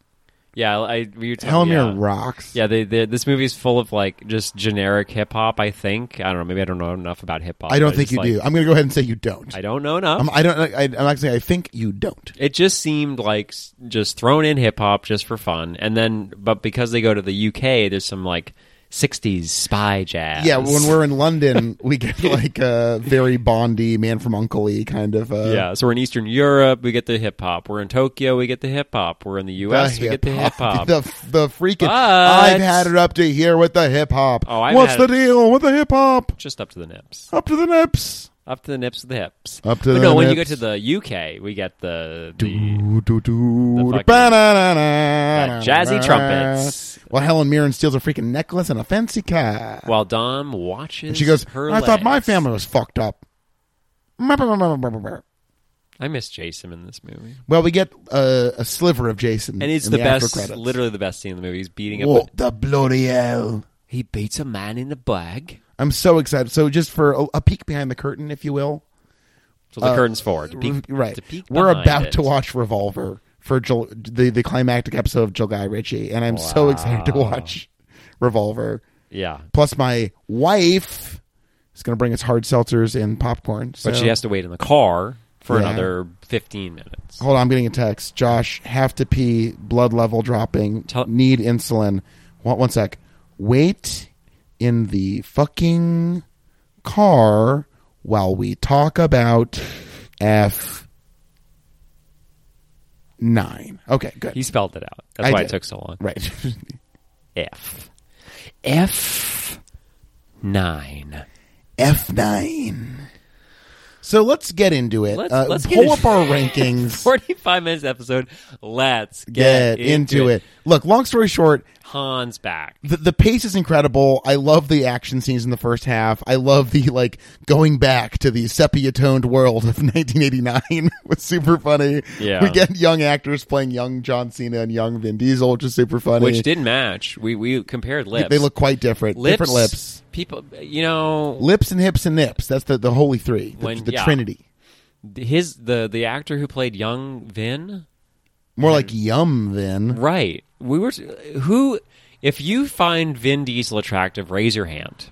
[SPEAKER 2] Yeah, I, I we were talking,
[SPEAKER 1] Helen
[SPEAKER 2] Oh, yeah.
[SPEAKER 1] Mirren rocks.
[SPEAKER 2] Yeah, they, they, this movie's full of like just generic hip hop. I think I don't know. Maybe I don't know enough about hip hop.
[SPEAKER 1] I don't
[SPEAKER 2] but
[SPEAKER 1] think
[SPEAKER 2] just,
[SPEAKER 1] you
[SPEAKER 2] like,
[SPEAKER 1] do. I'm gonna go ahead and say you don't.
[SPEAKER 2] I don't know enough.
[SPEAKER 1] Um, I don't. I, I'm not saying I think you don't.
[SPEAKER 2] it just seemed like s- just thrown in hip hop just for fun, and then but because they go to the UK, there's some like '60s spy jazz.
[SPEAKER 1] Yeah, when we're in London, we
[SPEAKER 2] <laughs>
[SPEAKER 1] get like a very Bondy, man from Uncle E kind of. Uh,
[SPEAKER 2] yeah, so we're in Eastern Europe, we get the hip hop. We're in Tokyo, we get the hip hop. We're in the
[SPEAKER 1] The
[SPEAKER 2] US, we
[SPEAKER 1] hip
[SPEAKER 2] get the hip
[SPEAKER 1] hop, <laughs>
[SPEAKER 2] hop.
[SPEAKER 1] the the freaking.
[SPEAKER 2] But-
[SPEAKER 1] I've had it up to here with the hip hop.
[SPEAKER 2] Oh, I've
[SPEAKER 1] What's
[SPEAKER 2] had
[SPEAKER 1] the
[SPEAKER 2] it-
[SPEAKER 1] deal with the hip hop?
[SPEAKER 2] just up to the nips.
[SPEAKER 1] Up to the nips.
[SPEAKER 2] Up to the nips of the hips.
[SPEAKER 1] Up to
[SPEAKER 2] but
[SPEAKER 1] the
[SPEAKER 2] no, when you go
[SPEAKER 1] nips.
[SPEAKER 2] to the UK, we get the, the
[SPEAKER 1] Ooh, doo, doo, da-
[SPEAKER 2] the fucking-
[SPEAKER 1] ba-na-na-na,
[SPEAKER 2] got jazzy
[SPEAKER 1] na-na-na.
[SPEAKER 2] trumpets.
[SPEAKER 1] Well, Helen Mirren steals a freaking necklace and a fancy car.
[SPEAKER 2] while Dom watches.
[SPEAKER 1] she goes,
[SPEAKER 2] her
[SPEAKER 1] I thought my
[SPEAKER 2] legs."
[SPEAKER 1] family was fucked up.
[SPEAKER 2] I miss Jason in this movie.
[SPEAKER 1] Well, we get a, a sliver of Jason,
[SPEAKER 2] And it's
[SPEAKER 1] in
[SPEAKER 2] the,
[SPEAKER 1] after
[SPEAKER 2] best,
[SPEAKER 1] credits.
[SPEAKER 2] literally the best scene in the movie. He's beating up. a-
[SPEAKER 1] What the bloody hell!
[SPEAKER 2] he beats a man in the bag.
[SPEAKER 1] I'm so excited. So, just for a, a peek behind the curtain, if you will,
[SPEAKER 2] So the
[SPEAKER 1] Uh,
[SPEAKER 2] curtain's forward. To peek,
[SPEAKER 1] right?
[SPEAKER 2] To peek
[SPEAKER 1] We're
[SPEAKER 2] behind
[SPEAKER 1] about
[SPEAKER 2] it.
[SPEAKER 1] to watch Revolver for Jul- the the climactic episode of Jill Guy Ritchie, and I'm so excited to watch Revolver.
[SPEAKER 2] Yeah,
[SPEAKER 1] Plus, my wife is going to bring us hard seltzers and popcorn. So.
[SPEAKER 2] but she has to wait in the car for
[SPEAKER 1] Yeah.
[SPEAKER 2] another fifteen minutes.
[SPEAKER 1] Hold on, I'm getting a text. Josh, have to pee, blood level dropping,
[SPEAKER 2] Tell-
[SPEAKER 1] need insulin. One, one sec. Wait in the fucking car while we talk about F nine. Okay, good.
[SPEAKER 2] He spelled it out. That's
[SPEAKER 1] I
[SPEAKER 2] why
[SPEAKER 1] did.
[SPEAKER 2] it took so long.
[SPEAKER 1] right. <laughs>
[SPEAKER 2] F F nine. <laughs>
[SPEAKER 1] F nine. So let's get into it.
[SPEAKER 2] Let's-
[SPEAKER 1] uh,
[SPEAKER 2] let's get
[SPEAKER 1] pull
[SPEAKER 2] in-
[SPEAKER 1] up our
[SPEAKER 2] <laughs>
[SPEAKER 1] rankings.
[SPEAKER 2] Forty-five minutes episode. Let's
[SPEAKER 1] get
[SPEAKER 2] get,
[SPEAKER 1] into it. Look, long story short,
[SPEAKER 2] Han's back.
[SPEAKER 1] the, the pace is incredible. I love the action scenes in the first half. I love the like going back to the sepia toned world of <laughs> 1989 was super funny.
[SPEAKER 2] Yeah.
[SPEAKER 1] we get young actors playing young John Cena and young Vin Diesel, which is super funny.
[SPEAKER 2] Which didn't match. We we compared lips.
[SPEAKER 1] they look quite different.
[SPEAKER 2] lips,
[SPEAKER 1] Different lips,
[SPEAKER 2] People, you know,
[SPEAKER 1] lips and hips and nips. That's the the holy three, the,
[SPEAKER 2] When-
[SPEAKER 1] the
[SPEAKER 2] yeah.
[SPEAKER 1] Trinity.
[SPEAKER 2] his the the actor who played young Vin.
[SPEAKER 1] More like yum Vin.
[SPEAKER 2] Right. We were who. If you find Vin Diesel attractive, raise your hand.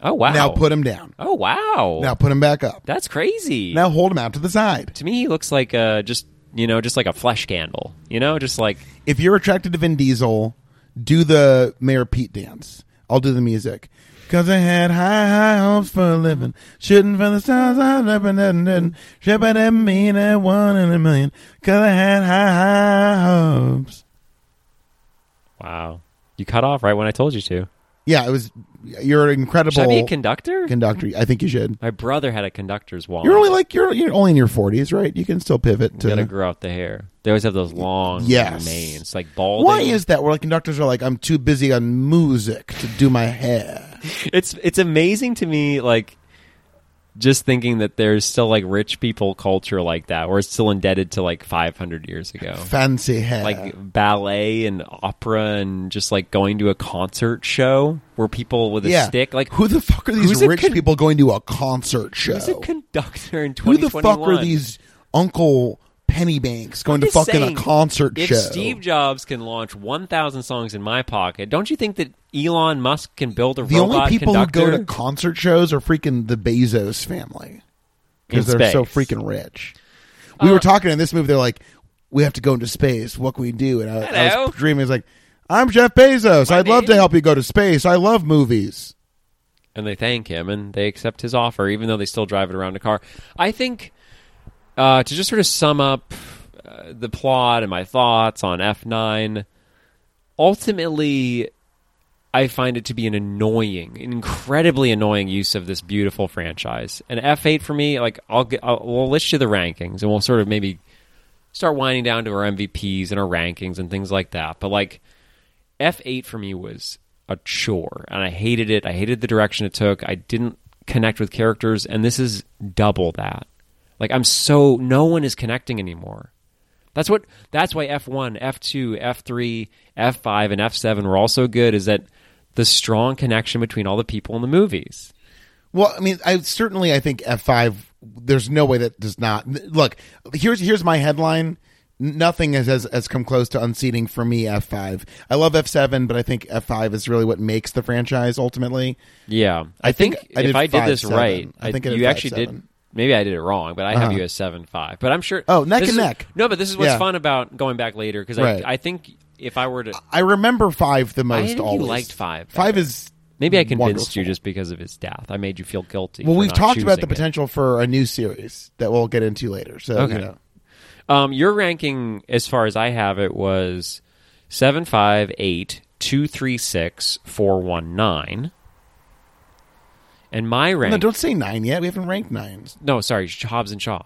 [SPEAKER 2] Oh wow!
[SPEAKER 1] Now put him down.
[SPEAKER 2] oh wow!
[SPEAKER 1] Now put him back up.
[SPEAKER 2] That's crazy.
[SPEAKER 1] Now hold him out to the side.
[SPEAKER 2] to me, he looks like uh, just you know, just like a flesh candle. You know, just like
[SPEAKER 1] if you're attracted to Vin Diesel, do the Mayor Pete dance. I'll do the music. Cause I had high, high hopes for a living. Shooting for the stars, I never nothing, nothing. Shipping at me that one in a million. Cause I had high, high hopes.
[SPEAKER 2] wow. You cut off right when I told you to.
[SPEAKER 1] Yeah, it was, you're an
[SPEAKER 2] Should I be a
[SPEAKER 1] incredible
[SPEAKER 2] conductor?
[SPEAKER 1] conductor. I think you should.
[SPEAKER 2] My brother had a conductor's wand.
[SPEAKER 1] You're only like, you're, you're only in your 40s, right? You can still pivot
[SPEAKER 2] gotta
[SPEAKER 1] to.
[SPEAKER 2] grow out the hair. They always have those long
[SPEAKER 1] Yes.
[SPEAKER 2] manes, like balding.
[SPEAKER 1] Why is that? Where like conductors are like, I'm too busy on music to do my hair.
[SPEAKER 2] it's it's amazing to me like just thinking that there's still like rich people culture like that where it's still indebted to like 500 years ago
[SPEAKER 1] Fancy hair.
[SPEAKER 2] like ballet and opera and just like going to a concert show where people with a stick like
[SPEAKER 1] who the fuck are these
[SPEAKER 2] who's a
[SPEAKER 1] rich
[SPEAKER 2] con-
[SPEAKER 1] people going to a concert show?
[SPEAKER 2] who's a conductor in 2021
[SPEAKER 1] who the fuck are these Uncle Pennybanks going to
[SPEAKER 2] Just
[SPEAKER 1] fucking
[SPEAKER 2] saying,
[SPEAKER 1] a concert
[SPEAKER 2] if
[SPEAKER 1] show?
[SPEAKER 2] Steve Jobs can launch 1,000 songs in my pocket, don't you think that Elon Musk can build a
[SPEAKER 1] the
[SPEAKER 2] robot
[SPEAKER 1] only people
[SPEAKER 2] conductor?
[SPEAKER 1] who go to concert shows are freaking the Bezos family because
[SPEAKER 2] In
[SPEAKER 1] they're so
[SPEAKER 2] space. Uh,
[SPEAKER 1] freaking rich. We were talking in this movie. They're like, we have to go into space. What can we do? And I, I
[SPEAKER 2] Hello.
[SPEAKER 1] was dreaming. It's like, I'm Jeff Bezos. I'd love to
[SPEAKER 2] name-
[SPEAKER 1] help you go to space. I love movies.
[SPEAKER 2] and they thank him and they accept his offer, even though they still drive it around a car. I think uh, to just sort of sum up uh, the plot and my thoughts on F9, ultimately, I find it to be an annoying, an incredibly annoying use of this beautiful franchise. And F8 for me, like I'll, get, I'll we'll list you the rankings and we'll sort of maybe start winding down to our MVPs and our rankings and things like that. But like F8 for me was a chore and I hated it. I hated the direction it took. I didn't connect with characters and this is double that. Like I'm so no one is connecting anymore. That's what that's why F1, F2, F3, F5 and F7 were all so good is that the strong connection between all the people in the movies.
[SPEAKER 1] Well, I mean, I certainly I think F five. There's no way that does not look. Here's here's my headline. Nothing has has, has come close to unseating for me F five. I love F seven, but I think F five is really what makes the franchise ultimately.
[SPEAKER 2] Yeah. I,
[SPEAKER 1] I think
[SPEAKER 2] think,
[SPEAKER 1] I did
[SPEAKER 2] if I did
[SPEAKER 1] five,
[SPEAKER 2] this
[SPEAKER 1] seven.
[SPEAKER 2] right,
[SPEAKER 1] I
[SPEAKER 2] I
[SPEAKER 1] think
[SPEAKER 2] think
[SPEAKER 1] I did
[SPEAKER 2] you
[SPEAKER 1] five,
[SPEAKER 2] actually did
[SPEAKER 1] seven. Uh-huh.
[SPEAKER 2] maybe I did it wrong, but I have you as seven five. But I'm sure
[SPEAKER 1] Oh, neck
[SPEAKER 2] this
[SPEAKER 1] and
[SPEAKER 2] is-
[SPEAKER 1] neck.
[SPEAKER 2] No, but this is what's
[SPEAKER 1] Yeah.
[SPEAKER 2] fun about going back later because
[SPEAKER 1] Right.
[SPEAKER 2] I, I think if I were to
[SPEAKER 1] I remember five the most.
[SPEAKER 2] think you
[SPEAKER 1] always
[SPEAKER 2] liked five
[SPEAKER 1] Five
[SPEAKER 2] better.
[SPEAKER 1] is
[SPEAKER 2] Maybe I convinced
[SPEAKER 1] wonderful.
[SPEAKER 2] you just because of his death. I made you feel guilty.
[SPEAKER 1] Well,
[SPEAKER 2] for
[SPEAKER 1] we've
[SPEAKER 2] not
[SPEAKER 1] talked about the
[SPEAKER 2] choosing it.
[SPEAKER 1] potential for a new series that we'll get into later. So
[SPEAKER 2] Okay.
[SPEAKER 1] you know,
[SPEAKER 2] Um, your ranking, as far as I have it, was seven five eight two three six four one nine, and my rank.
[SPEAKER 1] no,
[SPEAKER 2] No,
[SPEAKER 1] don't say nine yet. We haven't ranked nines.
[SPEAKER 2] sorry, Hobbs and Shaw.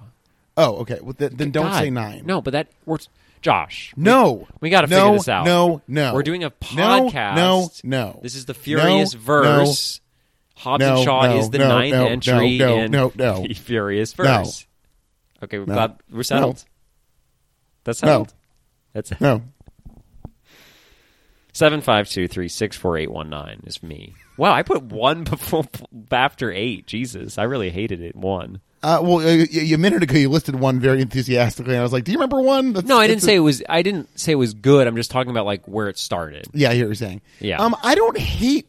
[SPEAKER 1] Oh, okay. Well, th- then don't
[SPEAKER 2] God,
[SPEAKER 1] say nine.
[SPEAKER 2] No, but that we're Josh. we-
[SPEAKER 1] No,
[SPEAKER 2] we, got to
[SPEAKER 1] no,
[SPEAKER 2] figure this out.
[SPEAKER 1] No, no,
[SPEAKER 2] we're doing a
[SPEAKER 1] No,
[SPEAKER 2] podcast.
[SPEAKER 1] No, no,
[SPEAKER 2] This is the Furious Verse. Hobbs
[SPEAKER 1] no,
[SPEAKER 2] and Shaw
[SPEAKER 1] no,
[SPEAKER 2] is the
[SPEAKER 1] no,
[SPEAKER 2] ninth
[SPEAKER 1] no,
[SPEAKER 2] entry <laughs>
[SPEAKER 1] no, no,
[SPEAKER 2] in
[SPEAKER 1] no, no.
[SPEAKER 2] the Furious
[SPEAKER 1] No.
[SPEAKER 2] Verse. Okay, we're
[SPEAKER 1] No.
[SPEAKER 2] glad we're settled. That's settled. That's <laughs>
[SPEAKER 1] No.
[SPEAKER 2] seven five two three six four eight one nine is me. Wow, I put one <laughs> before after eight. Jesus, I really hated it. One.
[SPEAKER 1] Uh, well, uh, y- y- a minute ago you listed one very enthusiastically, and I was like, "Do you remember one?" That's,
[SPEAKER 2] No, I didn't
[SPEAKER 1] it's a-
[SPEAKER 2] say it was. I didn't say it was good. I'm just talking about like where it started.
[SPEAKER 1] Yeah, I hear what you're saying.
[SPEAKER 2] Yeah.
[SPEAKER 1] Um, I don't hate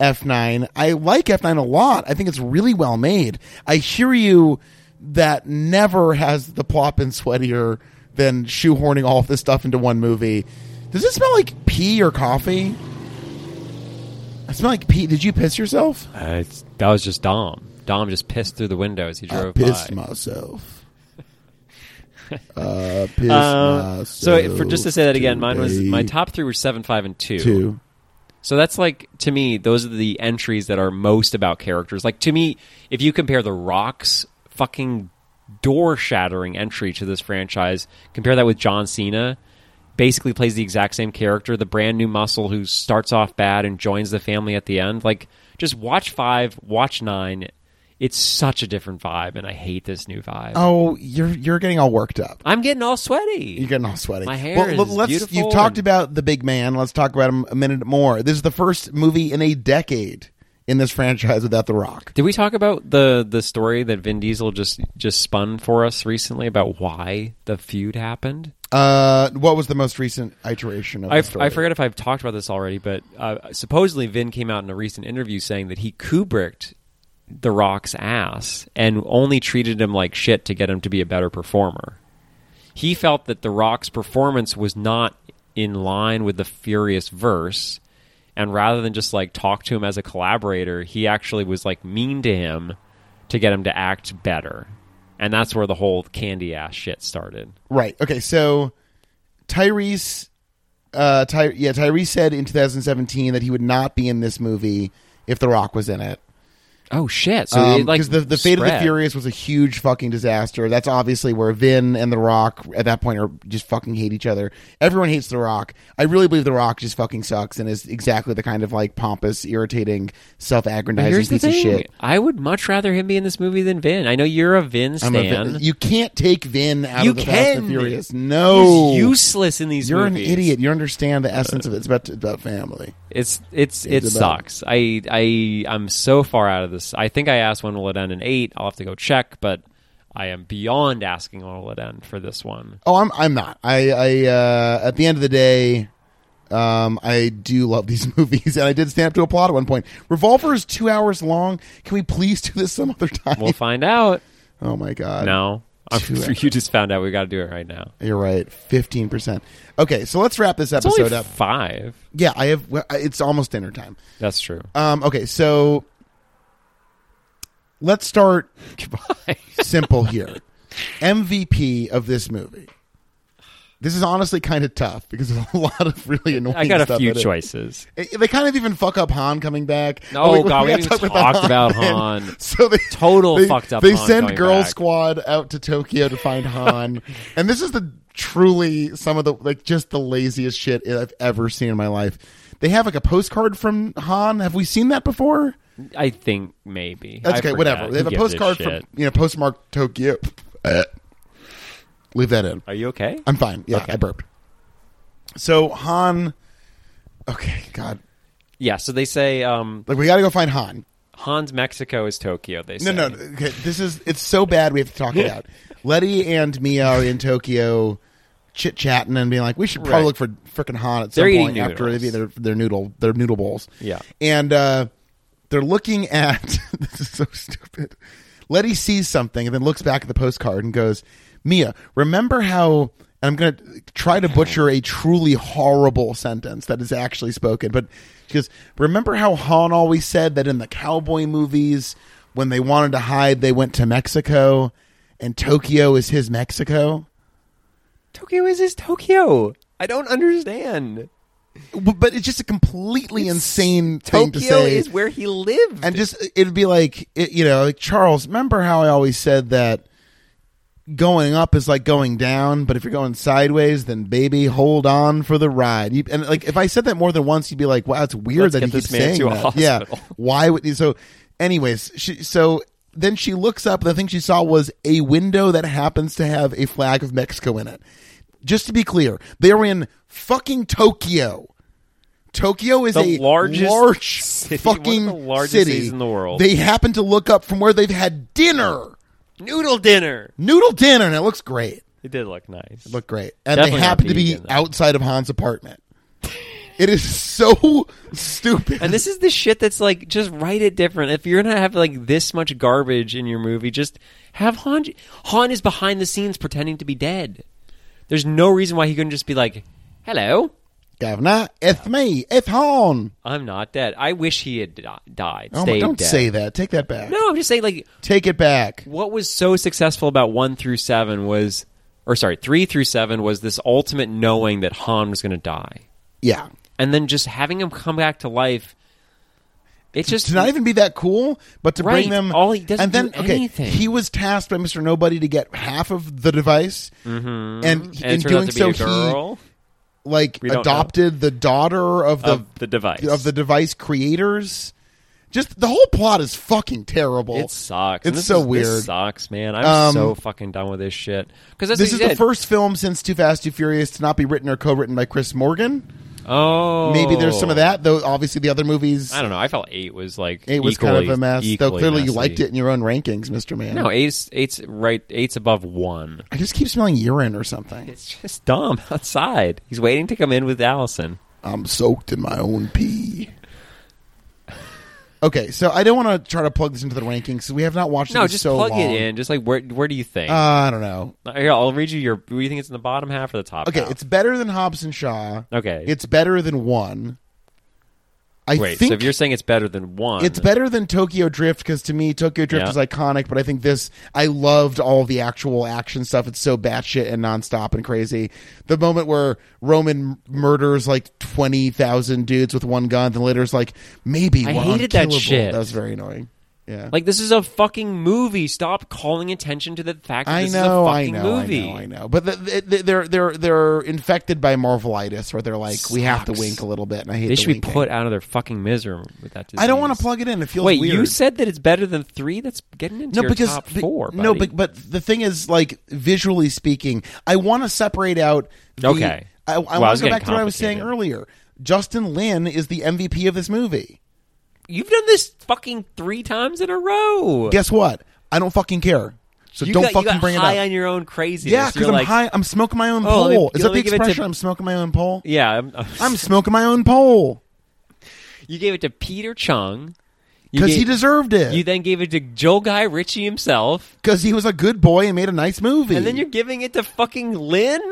[SPEAKER 1] F9. I like F9 a lot. I think it's really well made. I hear you that never has the plot been sweatier than shoehorning all of this stuff into one movie. Does it smell like pee or coffee? I smell like pee. Did you piss yourself?
[SPEAKER 2] Uh, it's, that was just Dom. Dom just pissed through the window as he drove
[SPEAKER 1] I pissed
[SPEAKER 2] by. <laughs>
[SPEAKER 1] myself. uh, pissed
[SPEAKER 2] Uh,
[SPEAKER 1] myself.
[SPEAKER 2] so for just to say that again, mine was my
[SPEAKER 1] today.
[SPEAKER 2] top three were seven, five, and two.
[SPEAKER 1] two.
[SPEAKER 2] So that's like to me, those are the entries that are most about characters. Like to me, if you compare the Rock's fucking door-shattering entry to this franchise, compare that with John Cena, basically plays the exact same character, the brand new muscle who starts off bad and joins the family at the end. Like just watch five, watch nine. It's such a different vibe, and I hate this new vibe.
[SPEAKER 1] Oh, you're you're getting all worked up.
[SPEAKER 2] I'm getting all sweaty.
[SPEAKER 1] You're getting all sweaty.
[SPEAKER 2] My hair
[SPEAKER 1] look,
[SPEAKER 2] is
[SPEAKER 1] let's,
[SPEAKER 2] beautiful
[SPEAKER 1] You've talked
[SPEAKER 2] and-
[SPEAKER 1] about the big man. Let's talk about him a minute more. This is the first movie in a decade in this franchise without The Rock.
[SPEAKER 2] Did we talk about the the story that Vin Diesel just just spun for us recently about why the feud happened?
[SPEAKER 1] Uh, what was the most recent iteration of
[SPEAKER 2] I,
[SPEAKER 1] the story?
[SPEAKER 2] I forget if I've talked about this already, but uh, supposedly Vin came out in a recent interview saying that he Kubricked The Rock's ass and only treated him like shit to get him to be a better performer. He felt that The Rock's performance was not in line with the Furious verse, and rather than just like talk to him as a collaborator, he actually was like mean to him to get him to act better. And that's where the whole candy ass shit started.
[SPEAKER 1] Right. Okay. So Tyrese, uh, Ty- yeah, Tyrese said in 2017 that he would not be in this movie if The Rock was in it.
[SPEAKER 2] Oh shit! So
[SPEAKER 1] Because
[SPEAKER 2] it, like
[SPEAKER 1] Um, the, the Fate of the
[SPEAKER 2] spread.
[SPEAKER 1] Furious was a huge fucking disaster. That's obviously where Vin and The Rock at that point are just fucking hate each other. Everyone hates The Rock. I really believe The Rock just fucking sucks and is exactly the kind of like pompous, irritating, self
[SPEAKER 2] But
[SPEAKER 1] aggrandizing piece of shit.
[SPEAKER 2] I would much rather him be in this movie than Vin. I know you're a Vin
[SPEAKER 1] I'm
[SPEAKER 2] stan.
[SPEAKER 1] a Vin- you can't take Vin out
[SPEAKER 2] You
[SPEAKER 1] of the Fast and
[SPEAKER 2] can.
[SPEAKER 1] Furious. No,
[SPEAKER 2] He's useless in these
[SPEAKER 1] are an
[SPEAKER 2] movies.
[SPEAKER 1] idiot. You understand the essence of it. It's about it's about family.
[SPEAKER 2] It's it's it
[SPEAKER 1] It's about-
[SPEAKER 2] sucks. I I I'm so far out of this. I think I asked when will it end in eight. I'll have to go check, but I am beyond asking when will it end for this one.
[SPEAKER 1] Oh, I'm I'm not. I I uh, at the end of the day, um, I do love these <laughs> movies, and I did stand up to a plot at one point. Revolver is two hours long. Can we please do this some other time?
[SPEAKER 2] We'll find out.
[SPEAKER 1] <laughs> oh my god,
[SPEAKER 2] No,
[SPEAKER 1] Two hours.
[SPEAKER 2] you just found out. We got to do it right now.
[SPEAKER 1] You're right. Fifteen percent. Okay, so let's wrap this
[SPEAKER 2] It's only
[SPEAKER 1] episode up.
[SPEAKER 2] five.
[SPEAKER 1] Yeah, I have. well, It's almost dinner time.
[SPEAKER 2] That's true.
[SPEAKER 1] Um, okay, so let's start
[SPEAKER 2] Goodbye. <laughs>
[SPEAKER 1] simple here. MVP of this movie. This is honestly kind of tough because there's a lot of really annoying.
[SPEAKER 2] I got a
[SPEAKER 1] stuff
[SPEAKER 2] few
[SPEAKER 1] in it.
[SPEAKER 2] choices.
[SPEAKER 1] It- they kind of even fuck up Han coming back.
[SPEAKER 2] Oh, God, we
[SPEAKER 1] gotta
[SPEAKER 2] haven't
[SPEAKER 1] talk
[SPEAKER 2] even talked about Han.
[SPEAKER 1] <laughs> So they
[SPEAKER 2] Total
[SPEAKER 1] they-
[SPEAKER 2] fucked up
[SPEAKER 1] They
[SPEAKER 2] Han
[SPEAKER 1] send
[SPEAKER 2] coming
[SPEAKER 1] Girl
[SPEAKER 2] back.
[SPEAKER 1] Squad out to Tokyo to find
[SPEAKER 2] <laughs>
[SPEAKER 1] Han, and this is the truly some of the like just the laziest shit I've ever seen in my life. They have like a postcard from Han. Have we seen that before?
[SPEAKER 2] I think maybe.
[SPEAKER 1] That's
[SPEAKER 2] I
[SPEAKER 1] okay.
[SPEAKER 2] forget.
[SPEAKER 1] Whatever. They
[SPEAKER 2] Who
[SPEAKER 1] have a
[SPEAKER 2] gives
[SPEAKER 1] postcard from
[SPEAKER 2] shit?
[SPEAKER 1] you know postmark Tokyo. Leave that in.
[SPEAKER 2] Are you okay?
[SPEAKER 1] I'm fine. Yeah,
[SPEAKER 2] Okay.
[SPEAKER 1] I burped. So Han. Okay, God.
[SPEAKER 2] Yeah, so they say um,
[SPEAKER 1] Like we got to go find Han.
[SPEAKER 2] Hans Mexico is Tokyo. They say
[SPEAKER 1] No, no. Okay, this is it's so bad we have to
[SPEAKER 2] <laughs>
[SPEAKER 1] talk about. Letty and Mia are in Tokyo, chit chatting and being like, "We should probably
[SPEAKER 2] Right.
[SPEAKER 1] look for frickin' Han at some
[SPEAKER 2] They're
[SPEAKER 1] point
[SPEAKER 2] eating
[SPEAKER 1] after they've
[SPEAKER 2] noodles.
[SPEAKER 1] eaten their, their noodle their noodle bowls."
[SPEAKER 2] Yeah.
[SPEAKER 1] and uh, they're looking at. <laughs> this is so stupid. Letty sees something and then looks back at the postcard and goes, "Mia, remember how?" And I'm going to try to butcher a truly horrible sentence that is actually spoken, but she goes, "Remember how Han always said that in the cowboy movies, when they wanted to hide, they went to Mexico, and Tokyo is his Mexico."
[SPEAKER 2] Tokyo is his Tokyo. I don't understand.
[SPEAKER 1] W- But it's just a completely insane thing to
[SPEAKER 2] Tokyo
[SPEAKER 1] say.
[SPEAKER 2] is where he lived.
[SPEAKER 1] and just it'd be like it, you know like charles remember how i always said that going up is like going down but if you're going sideways then baby hold on for the ride you, and like if i said that more than once you'd be like wow it's weird
[SPEAKER 2] Let's
[SPEAKER 1] that
[SPEAKER 2] get
[SPEAKER 1] he
[SPEAKER 2] this
[SPEAKER 1] keeps
[SPEAKER 2] man
[SPEAKER 1] saying
[SPEAKER 2] to a
[SPEAKER 1] that
[SPEAKER 2] hospital.
[SPEAKER 1] yeah why would he so anyways she, so then she looks up. and The thing she saw was a window that happens to have a flag of Mexico in it. Just to be clear, they're in fucking Tokyo. Tokyo is
[SPEAKER 2] The
[SPEAKER 1] a
[SPEAKER 2] largest
[SPEAKER 1] large
[SPEAKER 2] <laughs> city-
[SPEAKER 1] fucking
[SPEAKER 2] one of the largest
[SPEAKER 1] city
[SPEAKER 2] cities in the world.
[SPEAKER 1] They happen to look up from where they've had dinner,
[SPEAKER 2] Noodle dinner.
[SPEAKER 1] noodle dinner, and it looks great.
[SPEAKER 2] It did look nice.
[SPEAKER 1] Look great, and
[SPEAKER 2] Definitely
[SPEAKER 1] they
[SPEAKER 2] not E
[SPEAKER 1] happen to be
[SPEAKER 2] vegan, though.
[SPEAKER 1] outside of Han's apartment. <laughs> it is so stupid.
[SPEAKER 2] And this is the shit that's like, just write it different. If you're gonna have like this much garbage in your movie, just have Han. Han is behind the scenes pretending to be dead. There's no reason why he couldn't just be like, "Hello,
[SPEAKER 1] Governor, it's me, it's Han.
[SPEAKER 2] I'm not dead." I wish he had di- died.
[SPEAKER 1] Oh my,
[SPEAKER 2] stayed
[SPEAKER 1] don't
[SPEAKER 2] dead.
[SPEAKER 1] say that. Take that back.
[SPEAKER 2] No, I'm just saying like
[SPEAKER 1] Take it back.
[SPEAKER 2] what was so successful about one through seven was, or sorry, three through seven was this ultimate knowing that Han was gonna die,
[SPEAKER 1] Yeah.
[SPEAKER 2] and then just having him come back to life. It's just
[SPEAKER 1] to not even be that cool, but to bring
[SPEAKER 2] Right.
[SPEAKER 1] them
[SPEAKER 2] All he doesn't
[SPEAKER 1] and then
[SPEAKER 2] do
[SPEAKER 1] okay,
[SPEAKER 2] anything.
[SPEAKER 1] he was tasked by Mister Nobody to get half of the device, mm-hmm. and
[SPEAKER 2] and it
[SPEAKER 1] in
[SPEAKER 2] turned out
[SPEAKER 1] doing
[SPEAKER 2] to be
[SPEAKER 1] so,
[SPEAKER 2] a
[SPEAKER 1] he
[SPEAKER 2] girl
[SPEAKER 1] like
[SPEAKER 2] don't know.
[SPEAKER 1] adopted the daughter of the
[SPEAKER 2] of the device
[SPEAKER 1] of the device creators. Just the whole plot is fucking terrible.
[SPEAKER 2] It sucks. And
[SPEAKER 1] It's
[SPEAKER 2] this
[SPEAKER 1] so
[SPEAKER 2] is-
[SPEAKER 1] weird.
[SPEAKER 2] This sucks, man. I'm
[SPEAKER 1] Um,
[SPEAKER 2] so fucking done with this shit. Because
[SPEAKER 1] this is the first film since Too Fast Too Furious to not be written or co-written by Chris Morgan.
[SPEAKER 2] Oh,
[SPEAKER 1] Maybe there's some of that, though. Obviously, the other movies,
[SPEAKER 2] I don't know. I felt eight was like
[SPEAKER 1] it was
[SPEAKER 2] equally,
[SPEAKER 1] kind of a mess. Though
[SPEAKER 2] equally
[SPEAKER 1] clearly, you
[SPEAKER 2] messy.
[SPEAKER 1] liked it in your own rankings, Mister Man.
[SPEAKER 2] No, eight's eight's right. Eight's above one.
[SPEAKER 1] I just keep smelling urine or something.
[SPEAKER 2] It's just dumb <laughs> outside. He's waiting to come in with Allison.
[SPEAKER 1] I'm soaked in my own pee. Okay, so I don't want to try to plug this into the rankings 'cause we have not watched
[SPEAKER 2] No,
[SPEAKER 1] this
[SPEAKER 2] just
[SPEAKER 1] so
[SPEAKER 2] plug
[SPEAKER 1] long.
[SPEAKER 2] it in. Just like where where do you think?
[SPEAKER 1] Uh, I don't know.
[SPEAKER 2] Here, I'll read you your. Do you think it's in the bottom half or the top?
[SPEAKER 1] Okay,
[SPEAKER 2] half?
[SPEAKER 1] it's better than Hobbs and Shaw.
[SPEAKER 2] okay.
[SPEAKER 1] It's better than one. I
[SPEAKER 2] Wait.
[SPEAKER 1] think
[SPEAKER 2] So if you're saying it's better than one,
[SPEAKER 1] it's better than Tokyo Drift because to me Tokyo Drift
[SPEAKER 2] Yeah.
[SPEAKER 1] is iconic, but I think this I loved all the actual action stuff. It's so batshit and nonstop and crazy. The moment where Roman murders like twenty thousand dudes with one gun, then later is like maybe
[SPEAKER 2] I
[SPEAKER 1] we're
[SPEAKER 2] hated that
[SPEAKER 1] unkillable.
[SPEAKER 2] shit.
[SPEAKER 1] That was very annoying. Yeah,
[SPEAKER 2] Like this is a fucking movie. Stop calling attention to the fact that
[SPEAKER 1] I
[SPEAKER 2] this
[SPEAKER 1] know,
[SPEAKER 2] is a
[SPEAKER 1] I
[SPEAKER 2] fucking
[SPEAKER 1] know,
[SPEAKER 2] movie.
[SPEAKER 1] I know, I know. But the, the, the, they're they're they're infected by Marvelitis, where they're like, we have to
[SPEAKER 2] Sucks.
[SPEAKER 1] wink a little bit, and I hate.
[SPEAKER 2] They
[SPEAKER 1] the
[SPEAKER 2] should be
[SPEAKER 1] winking.
[SPEAKER 2] put out of their fucking misery with that. Disease.
[SPEAKER 1] I don't want to plug it in. It feels
[SPEAKER 2] Wait,
[SPEAKER 1] weird.
[SPEAKER 2] you said that it's better than three. That's getting into your top
[SPEAKER 1] be-
[SPEAKER 2] four.
[SPEAKER 1] no,
[SPEAKER 2] buddy.
[SPEAKER 1] but but the thing is, like visually speaking, I want to separate out. The,
[SPEAKER 2] Okay.
[SPEAKER 1] I, I
[SPEAKER 2] Well, I
[SPEAKER 1] want
[SPEAKER 2] was
[SPEAKER 1] to go
[SPEAKER 2] getting
[SPEAKER 1] back to what I was saying
[SPEAKER 2] complicated.
[SPEAKER 1] earlier. Justin Lin is the MVP of this movie.
[SPEAKER 2] you've done this fucking three times in a row.
[SPEAKER 1] Guess what? I don't fucking care. So
[SPEAKER 2] you
[SPEAKER 1] don't
[SPEAKER 2] got, you
[SPEAKER 1] fucking
[SPEAKER 2] got
[SPEAKER 1] bring it
[SPEAKER 2] high
[SPEAKER 1] up.
[SPEAKER 2] on your own craziness.
[SPEAKER 1] yeah, because
[SPEAKER 2] You're
[SPEAKER 1] I'm
[SPEAKER 2] like,
[SPEAKER 1] high. I'm smoking my own
[SPEAKER 2] Oh, let me-
[SPEAKER 1] pole. Is
[SPEAKER 2] let
[SPEAKER 1] that
[SPEAKER 2] me
[SPEAKER 1] the
[SPEAKER 2] give it to-
[SPEAKER 1] expression? I'm smoking my own pole.
[SPEAKER 2] Yeah, I'm, <laughs> I'm-
[SPEAKER 1] I'm smoking my own pole
[SPEAKER 2] you gave it to Peter Chung You
[SPEAKER 1] because
[SPEAKER 2] gave-
[SPEAKER 1] he deserved
[SPEAKER 2] You
[SPEAKER 1] it.
[SPEAKER 2] then gave it to Joe Guy Ritchie himself,
[SPEAKER 1] Because he was a good boy and made a nice movie.
[SPEAKER 2] and then you're giving it to fucking Lynn.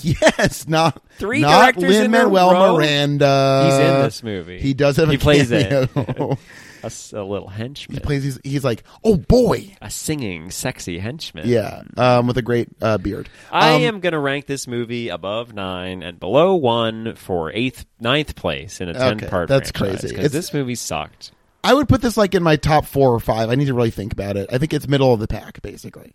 [SPEAKER 1] yes, not
[SPEAKER 2] Three
[SPEAKER 1] not
[SPEAKER 2] directors in a
[SPEAKER 1] Lin Manuel
[SPEAKER 2] row?
[SPEAKER 1] Miranda.
[SPEAKER 2] He's in this movie.
[SPEAKER 1] He does have
[SPEAKER 2] He
[SPEAKER 1] a
[SPEAKER 2] plays
[SPEAKER 1] cameo.
[SPEAKER 2] <laughs> it. a, s- a little henchman.
[SPEAKER 1] he plays. He's, he's like, oh boy,
[SPEAKER 2] a singing, sexy henchman.
[SPEAKER 1] yeah, um, with a great uh, beard.
[SPEAKER 2] I
[SPEAKER 1] Um,
[SPEAKER 2] am going to rank this movie above nine and below one for eighth, ninth place in a
[SPEAKER 1] Okay,
[SPEAKER 2] ten part.
[SPEAKER 1] that's
[SPEAKER 2] franchise,
[SPEAKER 1] crazy.
[SPEAKER 2] 'cause
[SPEAKER 1] It's-
[SPEAKER 2] this movie sucked.
[SPEAKER 1] I would put this like in my top four or five. I need to really think about it. I think it's middle of the pack, basically.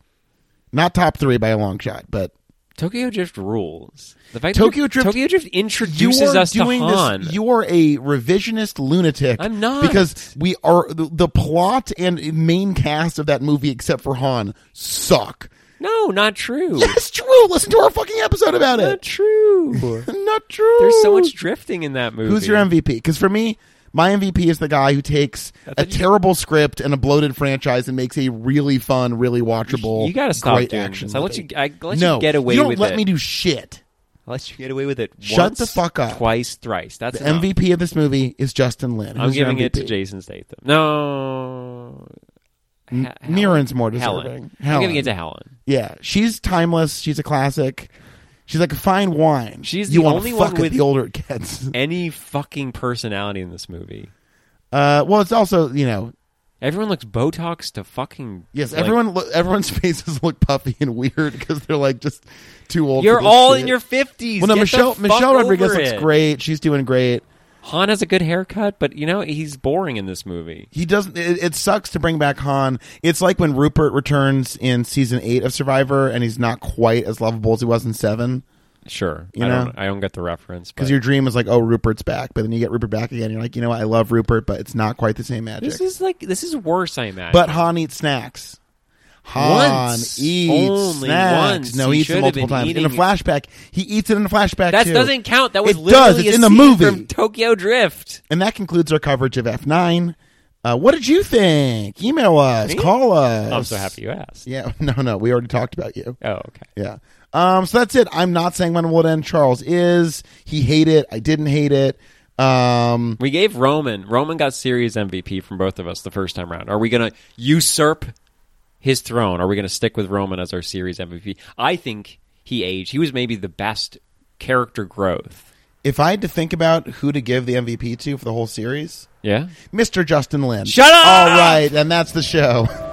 [SPEAKER 1] Not top three by a long shot, but
[SPEAKER 2] Tokyo Drift rules. The fact
[SPEAKER 1] Tokyo
[SPEAKER 2] that
[SPEAKER 1] Drift-
[SPEAKER 2] Tokyo Drift
[SPEAKER 1] you
[SPEAKER 2] introduces
[SPEAKER 1] are
[SPEAKER 2] us to
[SPEAKER 1] doing
[SPEAKER 2] Han.
[SPEAKER 1] this. You are a revisionist lunatic.
[SPEAKER 2] I'm not.
[SPEAKER 1] because we are the, the plot and main cast of that movie, except for Han, suck.
[SPEAKER 2] no, not true.
[SPEAKER 1] That's true. Listen to our fucking episode about
[SPEAKER 2] <laughs> not
[SPEAKER 1] it. <laughs>
[SPEAKER 2] true.
[SPEAKER 1] Not true.
[SPEAKER 2] There's so much drifting in that movie.
[SPEAKER 1] Who's your MVP? Because for me, my MVP is the guy who takes a
[SPEAKER 2] thought you-
[SPEAKER 1] terrible script and a bloated franchise and makes a really fun, really watchable.
[SPEAKER 2] You got to stop
[SPEAKER 1] great
[SPEAKER 2] doing
[SPEAKER 1] action
[SPEAKER 2] this. I let you.
[SPEAKER 1] movie.
[SPEAKER 2] I let
[SPEAKER 1] no,
[SPEAKER 2] you get away
[SPEAKER 1] you don't
[SPEAKER 2] with
[SPEAKER 1] let
[SPEAKER 2] it.
[SPEAKER 1] me do shit.
[SPEAKER 2] I let you get away with it.
[SPEAKER 1] Shut
[SPEAKER 2] once,
[SPEAKER 1] the fuck up.
[SPEAKER 2] Twice, thrice. That's
[SPEAKER 1] The
[SPEAKER 2] enough.
[SPEAKER 1] MVP of this movie is Justin Lin.
[SPEAKER 2] I'm
[SPEAKER 1] Who's your
[SPEAKER 2] giving it to
[SPEAKER 1] MVP?
[SPEAKER 2] Jason Statham. No.
[SPEAKER 1] Mm.
[SPEAKER 2] Ha- Helen.
[SPEAKER 1] Mirren's more deserving.
[SPEAKER 2] Helen. I'm
[SPEAKER 1] Helen.
[SPEAKER 2] giving it to Helen.
[SPEAKER 1] Yeah, she's timeless. She's a classic. She's like a fine wine.
[SPEAKER 2] She's
[SPEAKER 1] you
[SPEAKER 2] the
[SPEAKER 1] wanna
[SPEAKER 2] only
[SPEAKER 1] fuck
[SPEAKER 2] one
[SPEAKER 1] it
[SPEAKER 2] with-
[SPEAKER 1] the older it gets.
[SPEAKER 2] Any fucking personality in this movie.
[SPEAKER 1] <laughs> Uh, well, it's also you know
[SPEAKER 2] Everyone looks Botox to fucking.
[SPEAKER 1] Yes,
[SPEAKER 2] like-
[SPEAKER 1] everyone. Lo- everyone's <laughs> faces look puffy and weird because they're like just too old.
[SPEAKER 2] You're
[SPEAKER 1] for this
[SPEAKER 2] all
[SPEAKER 1] shit.
[SPEAKER 2] in your fifties.
[SPEAKER 1] Well, no, Michelle Michelle Rodriguez looks
[SPEAKER 2] it.
[SPEAKER 1] great. She's doing great.
[SPEAKER 2] Han has a good haircut, but you know he's boring in this movie.
[SPEAKER 1] He doesn't. It, it sucks to bring back Han. It's like when Rupert returns in season eight of Survivor, and he's not quite as lovable as he was in seven.
[SPEAKER 2] Sure.
[SPEAKER 1] You
[SPEAKER 2] I
[SPEAKER 1] know?
[SPEAKER 2] don't I don't get the reference.
[SPEAKER 1] because
[SPEAKER 2] but-
[SPEAKER 1] your dream is like, oh, Rupert's back, but then you get Rupert back again. You're like, you know what? I love Rupert, but it's not quite the same magic.
[SPEAKER 2] this is like this is worse, I imagine.
[SPEAKER 1] but Han eats snacks. Han
[SPEAKER 2] Once.
[SPEAKER 1] eats
[SPEAKER 2] Only
[SPEAKER 1] snacks.
[SPEAKER 2] once.
[SPEAKER 1] No,
[SPEAKER 2] He
[SPEAKER 1] he eats
[SPEAKER 2] should
[SPEAKER 1] it
[SPEAKER 2] have
[SPEAKER 1] multiple
[SPEAKER 2] been
[SPEAKER 1] times. In a
[SPEAKER 2] eating it.
[SPEAKER 1] flashback, he eats it in a flashback.
[SPEAKER 2] that
[SPEAKER 1] too.
[SPEAKER 2] doesn't count. That was
[SPEAKER 1] It does.
[SPEAKER 2] literally
[SPEAKER 1] It's
[SPEAKER 2] a
[SPEAKER 1] in the
[SPEAKER 2] scene
[SPEAKER 1] movie.
[SPEAKER 2] from Tokyo Drift.
[SPEAKER 1] And that concludes our coverage of F9. Uh, what did you think? Email us,
[SPEAKER 2] Me?
[SPEAKER 1] call us.
[SPEAKER 2] I'm so happy you asked.
[SPEAKER 1] Yeah, <laughs> no, no, we already talked about you.
[SPEAKER 2] Oh, okay.
[SPEAKER 1] Yeah. Um, so that's it. I'm not saying when it will end. Charles is. He hate it. I didn't hate it. Um,
[SPEAKER 2] We gave Roman. Roman got series MVP from both of us the first time round. Are we going to usurp his throne? Are we going to stick with Roman as our series MVP? I think he aged. He was maybe the best character growth.
[SPEAKER 1] if I had to think about who to give the MVP to for the whole series,
[SPEAKER 2] Yeah.
[SPEAKER 1] Mr. Justin Lin.
[SPEAKER 2] Shut up!
[SPEAKER 1] All right, and that's the show. <laughs>